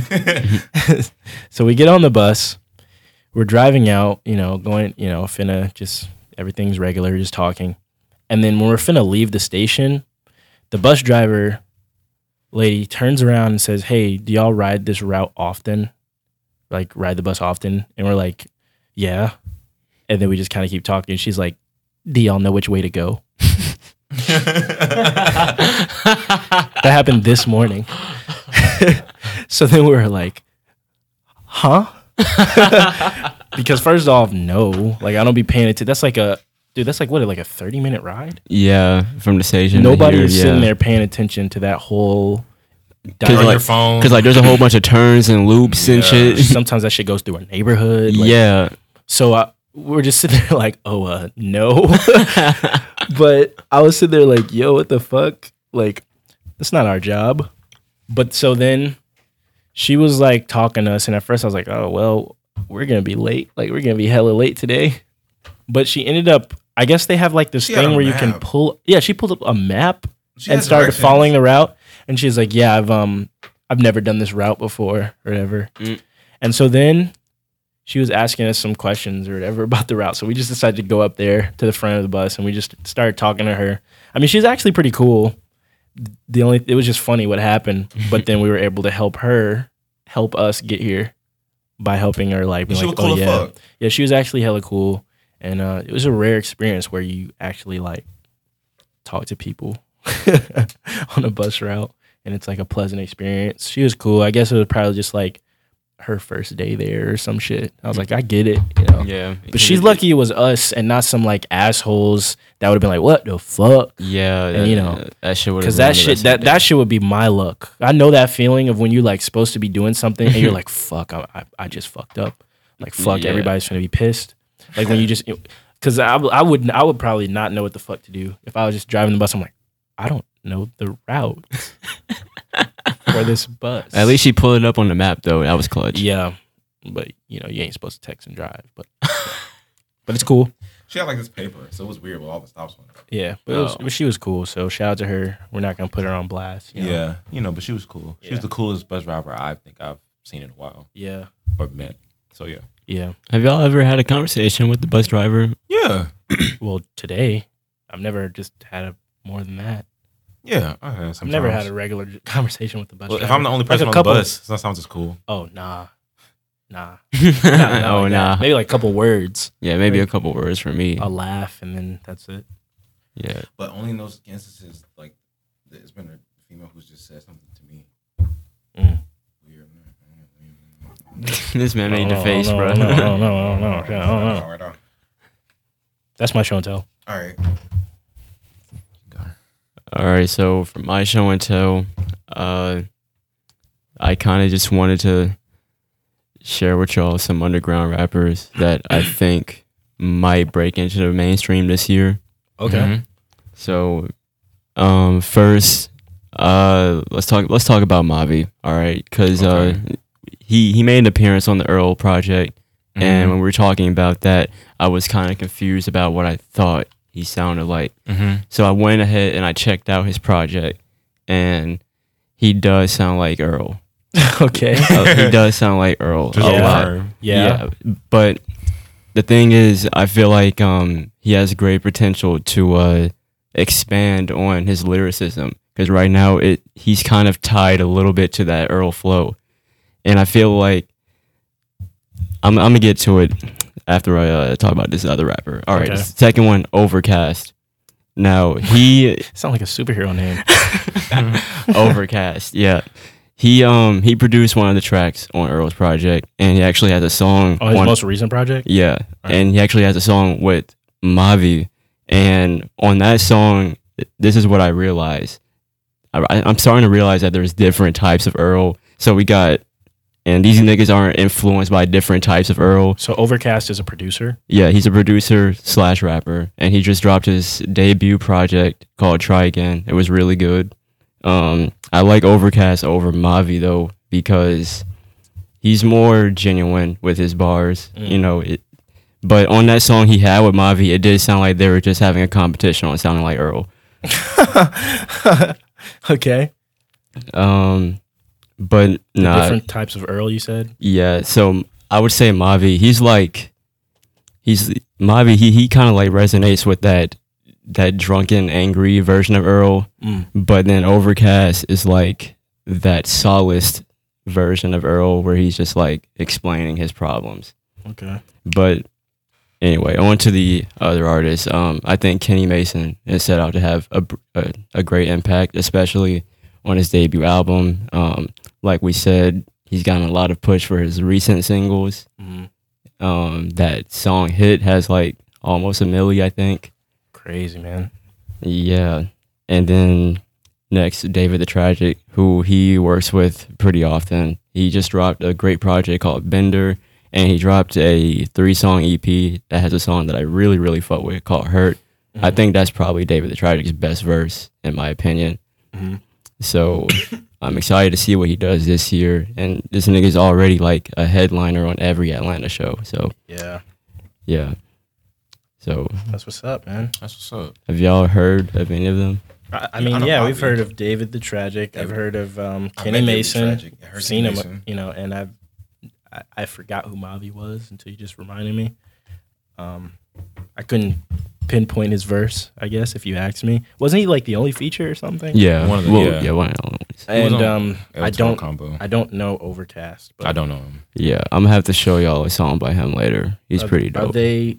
Speaker 1: so we get on the bus. We're driving out, you know, going, you know, finna just everything's regular, just talking. And then when we're finna leave the station, the bus driver lady turns around and says, Hey, do y'all ride this route often? Like, ride the bus often? And we're like, Yeah. And then we just kind of keep talking. She's like, Do y'all know which way to go? That happened this morning. [LAUGHS] so then we were like, Huh? [LAUGHS] because first off, no. Like, I don't be paying attention. That's like a, dude, that's like what, like a 30 minute ride?
Speaker 3: Yeah. From the station. to
Speaker 1: Nobody
Speaker 3: here,
Speaker 1: is
Speaker 3: yeah.
Speaker 1: sitting there paying attention to that whole.
Speaker 2: Turn
Speaker 1: dialogue.
Speaker 2: your
Speaker 3: [LAUGHS]
Speaker 2: phone.
Speaker 3: Cause like there's a whole bunch of turns and loops and
Speaker 2: Yeah.
Speaker 3: shit.
Speaker 1: sometimes that shit goes through a neighborhood. like, [LAUGHS]
Speaker 3: yeah.
Speaker 1: So I, we're just sitting there [LAUGHS] like, oh, uh, no. [LAUGHS] but I was sitting there like, yo, what the fuck? Like, that's not our job. But so then she was like talking to us. And at first I was like, oh, well, we're going to be late. Like, we're going to be hella late today. But she ended up, I guess they have like this
Speaker 2: She had
Speaker 1: thing
Speaker 2: a
Speaker 1: where you can
Speaker 2: map.
Speaker 1: pull. Yeah, she pulled up a map
Speaker 2: She
Speaker 1: and
Speaker 2: has
Speaker 1: started
Speaker 2: directions.
Speaker 1: following the route. And she's like, "Yeah, I've um, I've never done this route before, or whatever."
Speaker 3: Mm.
Speaker 1: And so then she was asking us some questions or whatever [LAUGHS] about the route. So we just decided to go up there to the front of the bus, and we just started talking to her. I mean, she's actually pretty cool. The only it was just funny what happened, but then we were able to help her help us get here by helping her like, be
Speaker 2: She
Speaker 1: like
Speaker 2: was cool
Speaker 1: oh
Speaker 2: as
Speaker 1: yeah,
Speaker 2: fuck.
Speaker 1: yeah, she was actually hella cool, and uh, it was a rare experience where you actually like talk to people [LAUGHS] on a bus route, and it's like a pleasant experience. She was cool. I guess it was probably just like her first day there or some shit. I was like, I get it, you know.
Speaker 3: Yeah.
Speaker 1: But she's lucky it was us and not some like assholes that would have been like, what the fuck?
Speaker 3: Yeah.
Speaker 1: And, you know,
Speaker 3: that shit would
Speaker 1: Because that shit, that that shit would be my luck. I know that feeling of when you're like supposed to be doing something and
Speaker 3: [LAUGHS]
Speaker 1: you're like, "Fuck, I, I, I just fucked up." Like, fuck,
Speaker 3: Yeah.
Speaker 1: everybody's gonna be pissed. Like when you just, because I, w- I would I would probably not know what the fuck to do if I was just driving the bus. I'm like, I don't know the route
Speaker 3: [LAUGHS]
Speaker 1: for this bus.
Speaker 3: At least she pulled it up on the map though. That was clutch.
Speaker 1: yeah. But you know, you ain't supposed to text and drive. But but it's cool.
Speaker 2: She had like this paper, so it was weird with all the stops on it.
Speaker 1: Yeah, but,
Speaker 3: Oh.
Speaker 1: it was, but she was cool. So shout out to her. We're not gonna put her on blast. you know?
Speaker 2: Yeah, you know, but she was cool. She was
Speaker 1: Yeah.
Speaker 2: the coolest bus driver I think I've seen in a while
Speaker 1: yeah,
Speaker 2: or met. So yeah,
Speaker 1: yeah.
Speaker 3: Have y'all ever had a conversation with the bus
Speaker 1: [LAUGHS]
Speaker 3: driver? [LAUGHS]
Speaker 2: yeah,
Speaker 1: Well, today I've never just had a more than that.
Speaker 2: yeah. I had
Speaker 1: I've never had a regular j- [LAUGHS] conversation with the bus.
Speaker 2: Well, if
Speaker 1: driver.
Speaker 2: I'm the only
Speaker 1: Like
Speaker 2: person
Speaker 1: a
Speaker 2: on the
Speaker 1: couple-
Speaker 2: bus, that sounds just cool.
Speaker 1: Oh nah, nah. Not- not
Speaker 3: oh
Speaker 1: like that.
Speaker 3: nah.
Speaker 1: Maybe like a couple words,
Speaker 3: Yeah, maybe a couple words for me.
Speaker 1: a laugh, and then that's it.
Speaker 3: Yeah. [LAUGHS]
Speaker 2: But only in those instances, like there's been a female who's just said something to me.
Speaker 1: Mm.
Speaker 2: Weird.
Speaker 3: this man made
Speaker 1: I
Speaker 3: the
Speaker 1: don't
Speaker 3: face,
Speaker 1: know,
Speaker 3: bro.
Speaker 1: I don't know, I don't know, I don't
Speaker 2: [LAUGHS]
Speaker 1: know, I don't know, I don't know.
Speaker 2: All right.
Speaker 1: That's my show and tell.
Speaker 2: All right.
Speaker 3: [LAUGHS] All right, so for my show and tell, uh, I kind of just wanted to share with y'all some underground rappers that I think might break into the mainstream this year.
Speaker 1: Okay.
Speaker 2: Mhm.
Speaker 3: So, um, first, uh, let's talk. Let's talk about Mavi. All right, because uh, he he made an appearance on the Earl Project,
Speaker 1: Mm-hmm.
Speaker 3: and when we were talking about that, I was kind of confused about what I thought he sounded like.
Speaker 2: Mhm.
Speaker 3: So I went ahead and I checked out his project, and he does sound like Earl.
Speaker 1: okay.
Speaker 3: Uh, he does sound like Earl.
Speaker 2: Just
Speaker 3: a lot.
Speaker 2: confirm.
Speaker 1: Yeah.
Speaker 3: But the thing is, I feel like um, he has great potential to uh, expand on his lyricism because right now it he's kind of tied a little bit to that Earl flow, and I feel like I'm I'm gonna get to it after I uh, talk about this other rapper. All right,
Speaker 1: Okay.
Speaker 3: second one, Overcast.
Speaker 1: [LAUGHS]
Speaker 3: Now he
Speaker 1: Sound like a superhero name.
Speaker 3: Mm-hmm. Oh, Overcast, yeah. He um he produced one of the tracks on Earl's project, and he actually has a song.
Speaker 1: [LAUGHS] Oh, his
Speaker 3: on,
Speaker 1: most recent project.
Speaker 3: yeah, and he actually has a song with Mavi, and on that song, th- this is what I realized. I, I- I'm starting to realize that there's different types of Earl. So we got, and these niggas aren't influenced by different types of Earl.
Speaker 1: So Overcast is a producer. [LAUGHS]
Speaker 3: Yeah, he's a producer slash rapper, and he just dropped his debut project called Try Again. It was really good. Um, I like Overcast over Mavi though because he's more genuine with his bars. You know, it, but on that song he had with Mavi, it did sound like they were just having a competition on sounding like Earl.
Speaker 1: Okay.
Speaker 3: Um, but
Speaker 1: The
Speaker 3: nah,
Speaker 1: different types of Earl. You said.
Speaker 3: Yeah, so I would say Mavi. He's like, he's Mavi. He he kind of like resonates with that that drunken, angry version of Earl,
Speaker 1: Mm.
Speaker 3: but then Overcast is like that solaced version of Earl, where he's just like explaining his problems.
Speaker 1: Okay.
Speaker 3: But anyway, on to the other artists. Um, I think Kenny Mason is set out to have a, br- a, a great impact, especially on his debut album. Um, like we said, he's gotten a lot of push for his recent singles.
Speaker 1: Mhm.
Speaker 3: Um, that song hit has like almost a milli, I think.
Speaker 1: Crazy man.
Speaker 3: Yeah. And then next, David the Tragic, who he works with pretty often. He just dropped a great project called Bender, and he dropped a three song EP that has a song that I really, really fuck with called Hurt. I think that's probably David the Tragic's best verse, in my opinion.
Speaker 1: Mhm.
Speaker 3: So [COUGHS] I'm excited to see what he does this year. And this nigga's already like a headliner on every Atlanta show. So,
Speaker 1: Yeah.
Speaker 3: yeah. So,
Speaker 1: That's what's up, man.
Speaker 2: That's what's up.
Speaker 3: have y'all heard of any of them?
Speaker 1: I, I
Speaker 2: I
Speaker 1: mean,
Speaker 2: know
Speaker 1: yeah, we've
Speaker 2: Bobby.
Speaker 1: heard of David the Tragic. I've
Speaker 2: David-
Speaker 1: heard of um,
Speaker 2: I
Speaker 1: Kenny
Speaker 2: met David
Speaker 1: Mason.
Speaker 2: Tragic. I heard
Speaker 1: I've seen
Speaker 2: Kenny
Speaker 1: him,
Speaker 2: Mason.
Speaker 1: you know, and I've I, I forgot who Mavi was until you just reminded me. Um, I couldn't pinpoint his verse. I guess if you asked me, wasn't he like the only feature or something?
Speaker 3: Yeah.
Speaker 2: One of the-
Speaker 3: well,
Speaker 2: yeah.
Speaker 3: yeah, one of the other ones.
Speaker 1: And
Speaker 2: on
Speaker 1: um,
Speaker 2: El
Speaker 1: I
Speaker 2: Toro
Speaker 1: don't
Speaker 2: combo.
Speaker 1: I don't know Overcast. But
Speaker 2: I don't know him.
Speaker 3: Yeah, I'm gonna have to show y'all a song by him later. He's
Speaker 1: are-
Speaker 3: pretty
Speaker 1: Are
Speaker 3: dope.
Speaker 1: they?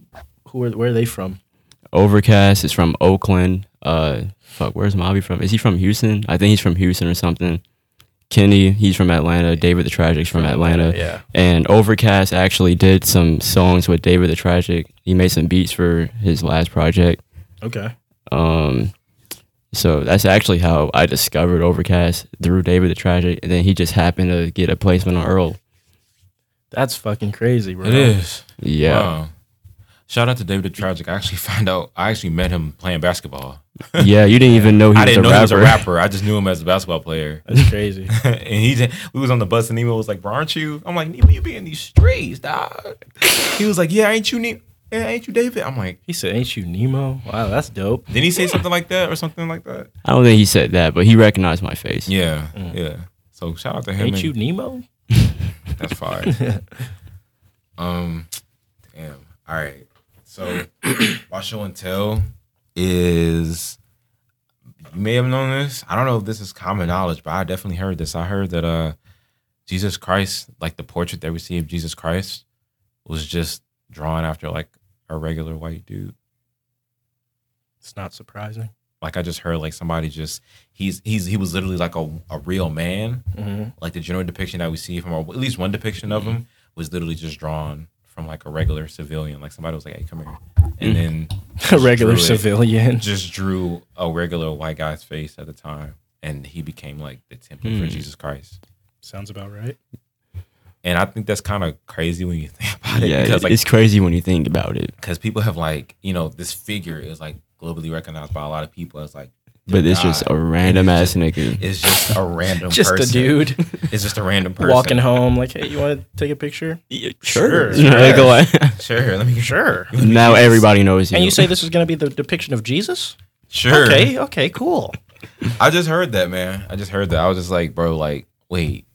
Speaker 1: Who are? Where are they from?
Speaker 3: Overcast is from Oakland. Uh, fuck, where's Mobby from? Is he from Houston? I think he's from Houston or something. Kenny, he's from Atlanta. David the Tragic's from Atlanta.
Speaker 1: Yeah.
Speaker 3: And Overcast actually did some songs with David the Tragic. He made some beats for his last project.
Speaker 1: Okay.
Speaker 3: Um, so that's actually how I discovered Overcast through David the Tragic, and then he just happened to get a placement on Earl.
Speaker 1: That's fucking crazy, bro.
Speaker 2: It is.
Speaker 3: Yeah.
Speaker 2: Wow. Uh, Shout out to David the Tragic. I actually [LAUGHS] found out. I actually met him playing basketball.
Speaker 3: Yeah, you didn't even know he
Speaker 2: I
Speaker 3: was
Speaker 2: didn't
Speaker 3: a
Speaker 2: know
Speaker 3: rapper.
Speaker 2: he was a rapper. I just knew him as a basketball player.
Speaker 1: That's crazy. [LAUGHS]
Speaker 2: and he did, we was on the bus and Nemo was like, "Bro, aren't you?" I'm like, "Nemo, you be in these streets, dog." He was like, "Yeah, ain't you?" Ne-? yeah, ain't you David? I'm like,
Speaker 1: He said, "Ain't you Nemo?" Wow, that's dope.
Speaker 2: didn't he say something like that or something like that?
Speaker 3: I don't think he said that, but he recognized my face.
Speaker 2: Yeah, yeah. So shout out to him.
Speaker 1: Ain't
Speaker 2: and-
Speaker 1: you Nemo?
Speaker 2: That's fire. um, damn. All right. So [CLEARS THROAT] my show and tell is you may have known this. I don't know if this is common knowledge, but I definitely heard this. I heard that uh Jesus Christ, like the portrait that we see of Jesus Christ, was just drawn after like a regular white dude.
Speaker 1: It's not surprising.
Speaker 2: Like I just heard like somebody just he's he's he was literally like a, a real man
Speaker 1: hmm
Speaker 2: like the general depiction that we see from, or at least one depiction of him was literally just drawn from like a regular civilian. Like somebody was like, "Hey, come here,"
Speaker 1: Mm.
Speaker 2: and then
Speaker 1: [LAUGHS] A
Speaker 2: just
Speaker 1: regular
Speaker 2: drew it-
Speaker 1: civilian.
Speaker 2: just drew a regular white guy's face at the time, and he became like the template
Speaker 1: Mm.
Speaker 2: for Jesus Christ.
Speaker 1: Sounds about right.
Speaker 2: And I think that's kind of crazy when you think [LAUGHS] about it,
Speaker 3: Yeah,
Speaker 2: because like
Speaker 3: it's crazy when you think about it.
Speaker 2: because people have like you know this figure is like globally recognized by a lot of people as like,
Speaker 3: But it's just
Speaker 2: God.
Speaker 3: a random ass nigga.
Speaker 2: it's just a
Speaker 1: [LAUGHS]
Speaker 2: random
Speaker 1: Just
Speaker 2: person.
Speaker 1: a dude
Speaker 2: It's just a random person
Speaker 1: walking home, like, "Hey, you want to take a picture?"
Speaker 3: Sure.
Speaker 1: sure.
Speaker 2: Sure, let me sure.
Speaker 3: now everybody knows you.
Speaker 1: And you say this is going to be the depiction of Jesus?
Speaker 2: [LAUGHS] Sure.
Speaker 1: Okay, okay, cool.
Speaker 2: I just heard that, man. I just heard that. I was just like, bro, like, wait,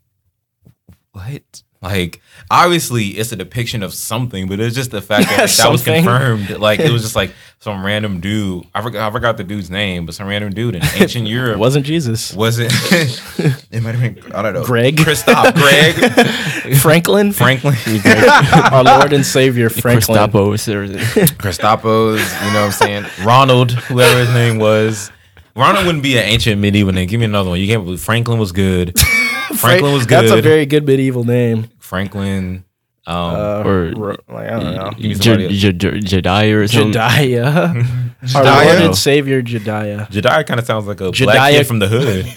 Speaker 2: what? Like, obviously, it's a depiction of something, but it's just the
Speaker 1: [LAUGHS]
Speaker 2: fact that that was
Speaker 1: Something.
Speaker 2: confirmed. Like, it was just
Speaker 1: [LAUGHS]
Speaker 2: like some random dude. I forgot, I forgot the dude's name, but some
Speaker 1: [LAUGHS]
Speaker 2: random dude in ancient Europe
Speaker 1: It wasn't Jesus. [LAUGHS]
Speaker 2: was it? [LAUGHS] it might have been I don't know.
Speaker 1: Greg.
Speaker 2: Christoph. Greg.
Speaker 1: [LAUGHS] Franklin,
Speaker 2: Franklin.
Speaker 1: our Lord and Savior Franklin.
Speaker 2: uh,
Speaker 3: Christopos [LAUGHS] or
Speaker 2: Christopos, you know what I'm saying? Ronald, whoever his name was. Ronald wouldn't be an ancient medieval name. Give me another one. You can't believe Franklin was
Speaker 1: [LAUGHS]
Speaker 2: good. Franklin was good.
Speaker 1: That's a very good medieval name.
Speaker 2: Franklin. Um,
Speaker 1: Uh,
Speaker 3: Or-
Speaker 1: Ro- like, I don't know.
Speaker 2: Give me
Speaker 3: Je-
Speaker 2: somebody
Speaker 3: Je- Je- Jediah or something.
Speaker 2: [LAUGHS]
Speaker 1: Jediah. Our Lord and Savior Jediah.
Speaker 2: Jediah kind of sounds like a
Speaker 1: Jediah-
Speaker 2: black kid from the
Speaker 1: [LAUGHS]
Speaker 2: hood. [LAUGHS]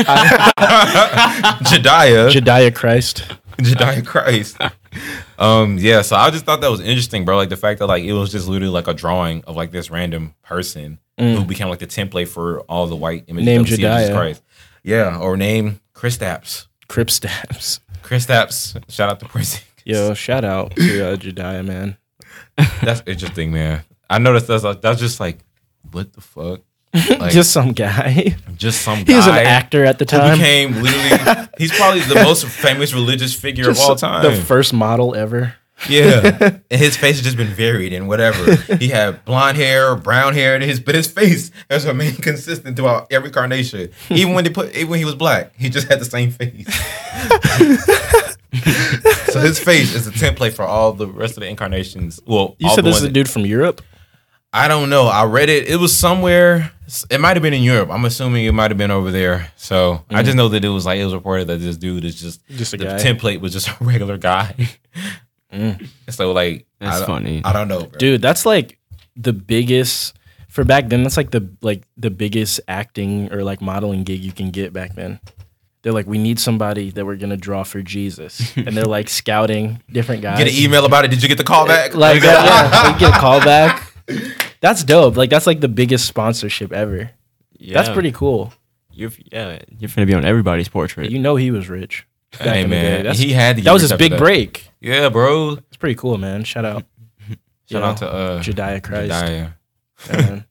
Speaker 2: Jediah.
Speaker 1: Jediah Christ.
Speaker 2: Jediah Christ. Um, yeah, so I just thought that was interesting, bro. Like the fact that like it was just literally like a drawing of like this random person who became like the template for all the white images
Speaker 1: Named
Speaker 2: that we see of Jesus
Speaker 1: Mm. Jediah.
Speaker 2: Christ. Yeah, or name Chris Stapps.
Speaker 1: Crip Stabs.
Speaker 2: Chris Stapps, shout out to Prince.
Speaker 1: Yo, shout out to uh, Jediah, man.
Speaker 2: [LAUGHS] That's interesting, man. I noticed that's like that's just like what
Speaker 1: [LAUGHS]
Speaker 2: the fuck? Like
Speaker 1: Just some guy. [LAUGHS]
Speaker 2: just some guy.
Speaker 1: He was an actor at the
Speaker 2: who
Speaker 1: time.
Speaker 2: became
Speaker 1: [LAUGHS]
Speaker 2: literally he's probably the most famous religious figure
Speaker 1: Just
Speaker 2: of all time.
Speaker 1: The first model ever.
Speaker 2: yeah,
Speaker 1: [LAUGHS]
Speaker 2: and his face has just been varied and whatever. he had blonde hair, brown hair, and his but his face has remained [LAUGHS] consistent throughout every carnation. Even when they put even when he was black, he just had the
Speaker 1: [LAUGHS]
Speaker 2: same face. so his face is a template for all the rest of the incarnations. Well,
Speaker 1: You
Speaker 2: all
Speaker 1: said
Speaker 2: the
Speaker 1: this is
Speaker 2: ones
Speaker 1: a
Speaker 2: that-
Speaker 1: dude from Europe?
Speaker 2: I don't know. I read it. It was somewhere. It might have been in Europe. I'm assuming it might have been over there. So I just know that it was like it was reported that this dude is just
Speaker 1: Mm. Just a
Speaker 2: the
Speaker 1: guy. Mm.
Speaker 2: template was just [LAUGHS] a regular guy. And So like I
Speaker 3: That's
Speaker 2: don't-
Speaker 3: funny.
Speaker 2: I don't know, bro.
Speaker 1: Dude, that's like the biggest for back then, that's like the like the biggest acting or like modeling gig you can get back then. They're like, we need somebody that we're gonna draw for
Speaker 2: [LAUGHS]
Speaker 1: Jesus. And they're like scouting different guys.
Speaker 2: Get an email about it. Did you get the call
Speaker 1: [LAUGHS]
Speaker 2: back?
Speaker 1: Like
Speaker 2: [LAUGHS]
Speaker 1: that, yeah. We get a call back. That's dope. Like that's like the biggest sponsorship ever. That's pretty cool.
Speaker 3: You're, yeah, you're gonna be on everybody's portrait.
Speaker 1: You know he was rich. back
Speaker 2: hey
Speaker 1: in the day.
Speaker 2: man,
Speaker 1: That's-
Speaker 2: he had to
Speaker 1: that was his
Speaker 2: get rich after
Speaker 1: big
Speaker 2: that.
Speaker 1: break.
Speaker 2: Yeah, bro. Shout
Speaker 1: It's pretty cool, man. Shout
Speaker 2: [LAUGHS]
Speaker 1: out. You
Speaker 2: out
Speaker 1: know,
Speaker 2: to uh,
Speaker 1: Jediah Christ.
Speaker 2: Jediah.
Speaker 1: Yeah, man.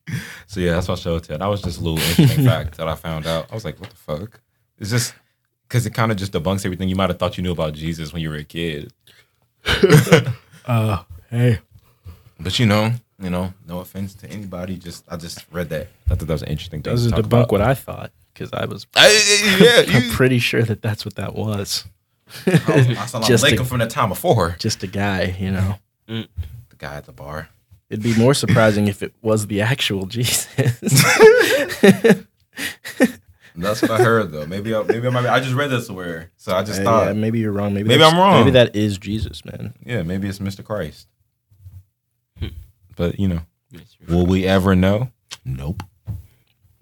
Speaker 2: So yeah, that's what I showed to. That was just a little interesting fact that I found out. I was like, what the fuck? It's just because it kind of just debunks everything you might have thought you knew about Jesus when you were
Speaker 1: [LAUGHS]
Speaker 2: a kid.
Speaker 1: Uh,
Speaker 5: Hey.
Speaker 2: But you know, you know, no offense to anybody. Just I just read that. I thought that was an interesting
Speaker 1: [LAUGHS]
Speaker 2: thing.
Speaker 1: That was
Speaker 2: to
Speaker 1: to
Speaker 2: talk
Speaker 1: debunk [LAUGHS]
Speaker 2: about.
Speaker 1: what I thought because I was
Speaker 2: I, I-
Speaker 1: [LAUGHS]
Speaker 2: yeah, you,
Speaker 1: pretty sure that that's what that was.
Speaker 2: Oh, I saw
Speaker 1: Just
Speaker 2: Laker
Speaker 1: a-
Speaker 2: from the time before.
Speaker 1: Just a guy, you know.
Speaker 2: The guy at the bar.
Speaker 1: It'd be more surprising if it was the actual [LAUGHS] Jesus.
Speaker 2: That's what I heard though. Maybe I, maybe I, might be, I just read that somewhere. So I just
Speaker 1: Uh,
Speaker 2: thought,
Speaker 1: yeah, maybe you're wrong. Maybe
Speaker 2: Maybe
Speaker 1: that's-
Speaker 2: I'm wrong.
Speaker 1: Maybe that is Jesus, man.
Speaker 2: yeah, maybe it's Mr. Christ. But you know, will we ever know? Nope.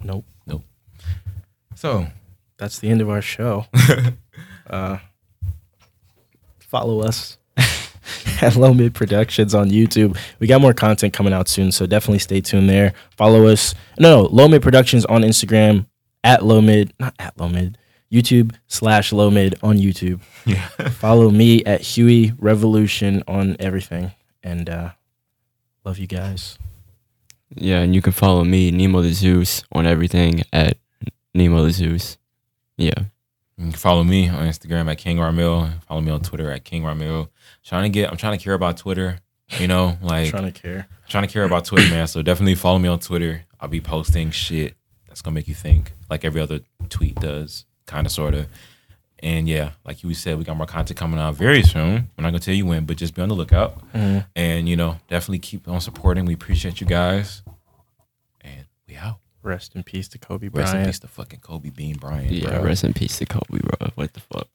Speaker 1: Nope.
Speaker 2: So [LAUGHS]
Speaker 1: That's the end of our show. uh, follow us [LAUGHS] at Low Mid Productions on YouTube. We got more content coming out soon, so definitely stay tuned there. Follow us. No, no Low Mid Productions on Instagram at Low Mid, not at Low Mid. YouTube slash Low Mid on YouTube.
Speaker 2: yeah,
Speaker 1: Follow me at Huey Revolution on everything, and uh, Love you guys.
Speaker 3: Yeah, and you can follow me, Nemo the Zeus, on everything at Nemo the Zeus. Yeah.
Speaker 2: You can follow me on Instagram at King Ramil. Follow me on Twitter at King Ramil. Trying to get, I'm trying to care about Twitter. You know, like
Speaker 1: trying to care.
Speaker 2: trying to care about Twitter, man. So definitely follow me on Twitter. I'll be posting shit that's gonna make you think, like every other tweet does, kind of, sort of. And yeah, like you said, we got more content coming out very soon. We're not gonna tell you when, but just be on the lookout.
Speaker 1: Mhm.
Speaker 2: And you know, definitely keep on supporting. We appreciate you guys. And we out.
Speaker 1: Rest in peace to Kobe
Speaker 2: Rest
Speaker 1: Bryant.
Speaker 2: in peace to fucking Kobe Bean Bryant.
Speaker 3: Yeah,
Speaker 2: bro.
Speaker 3: rest in peace to Kobe, bro. What the fuck?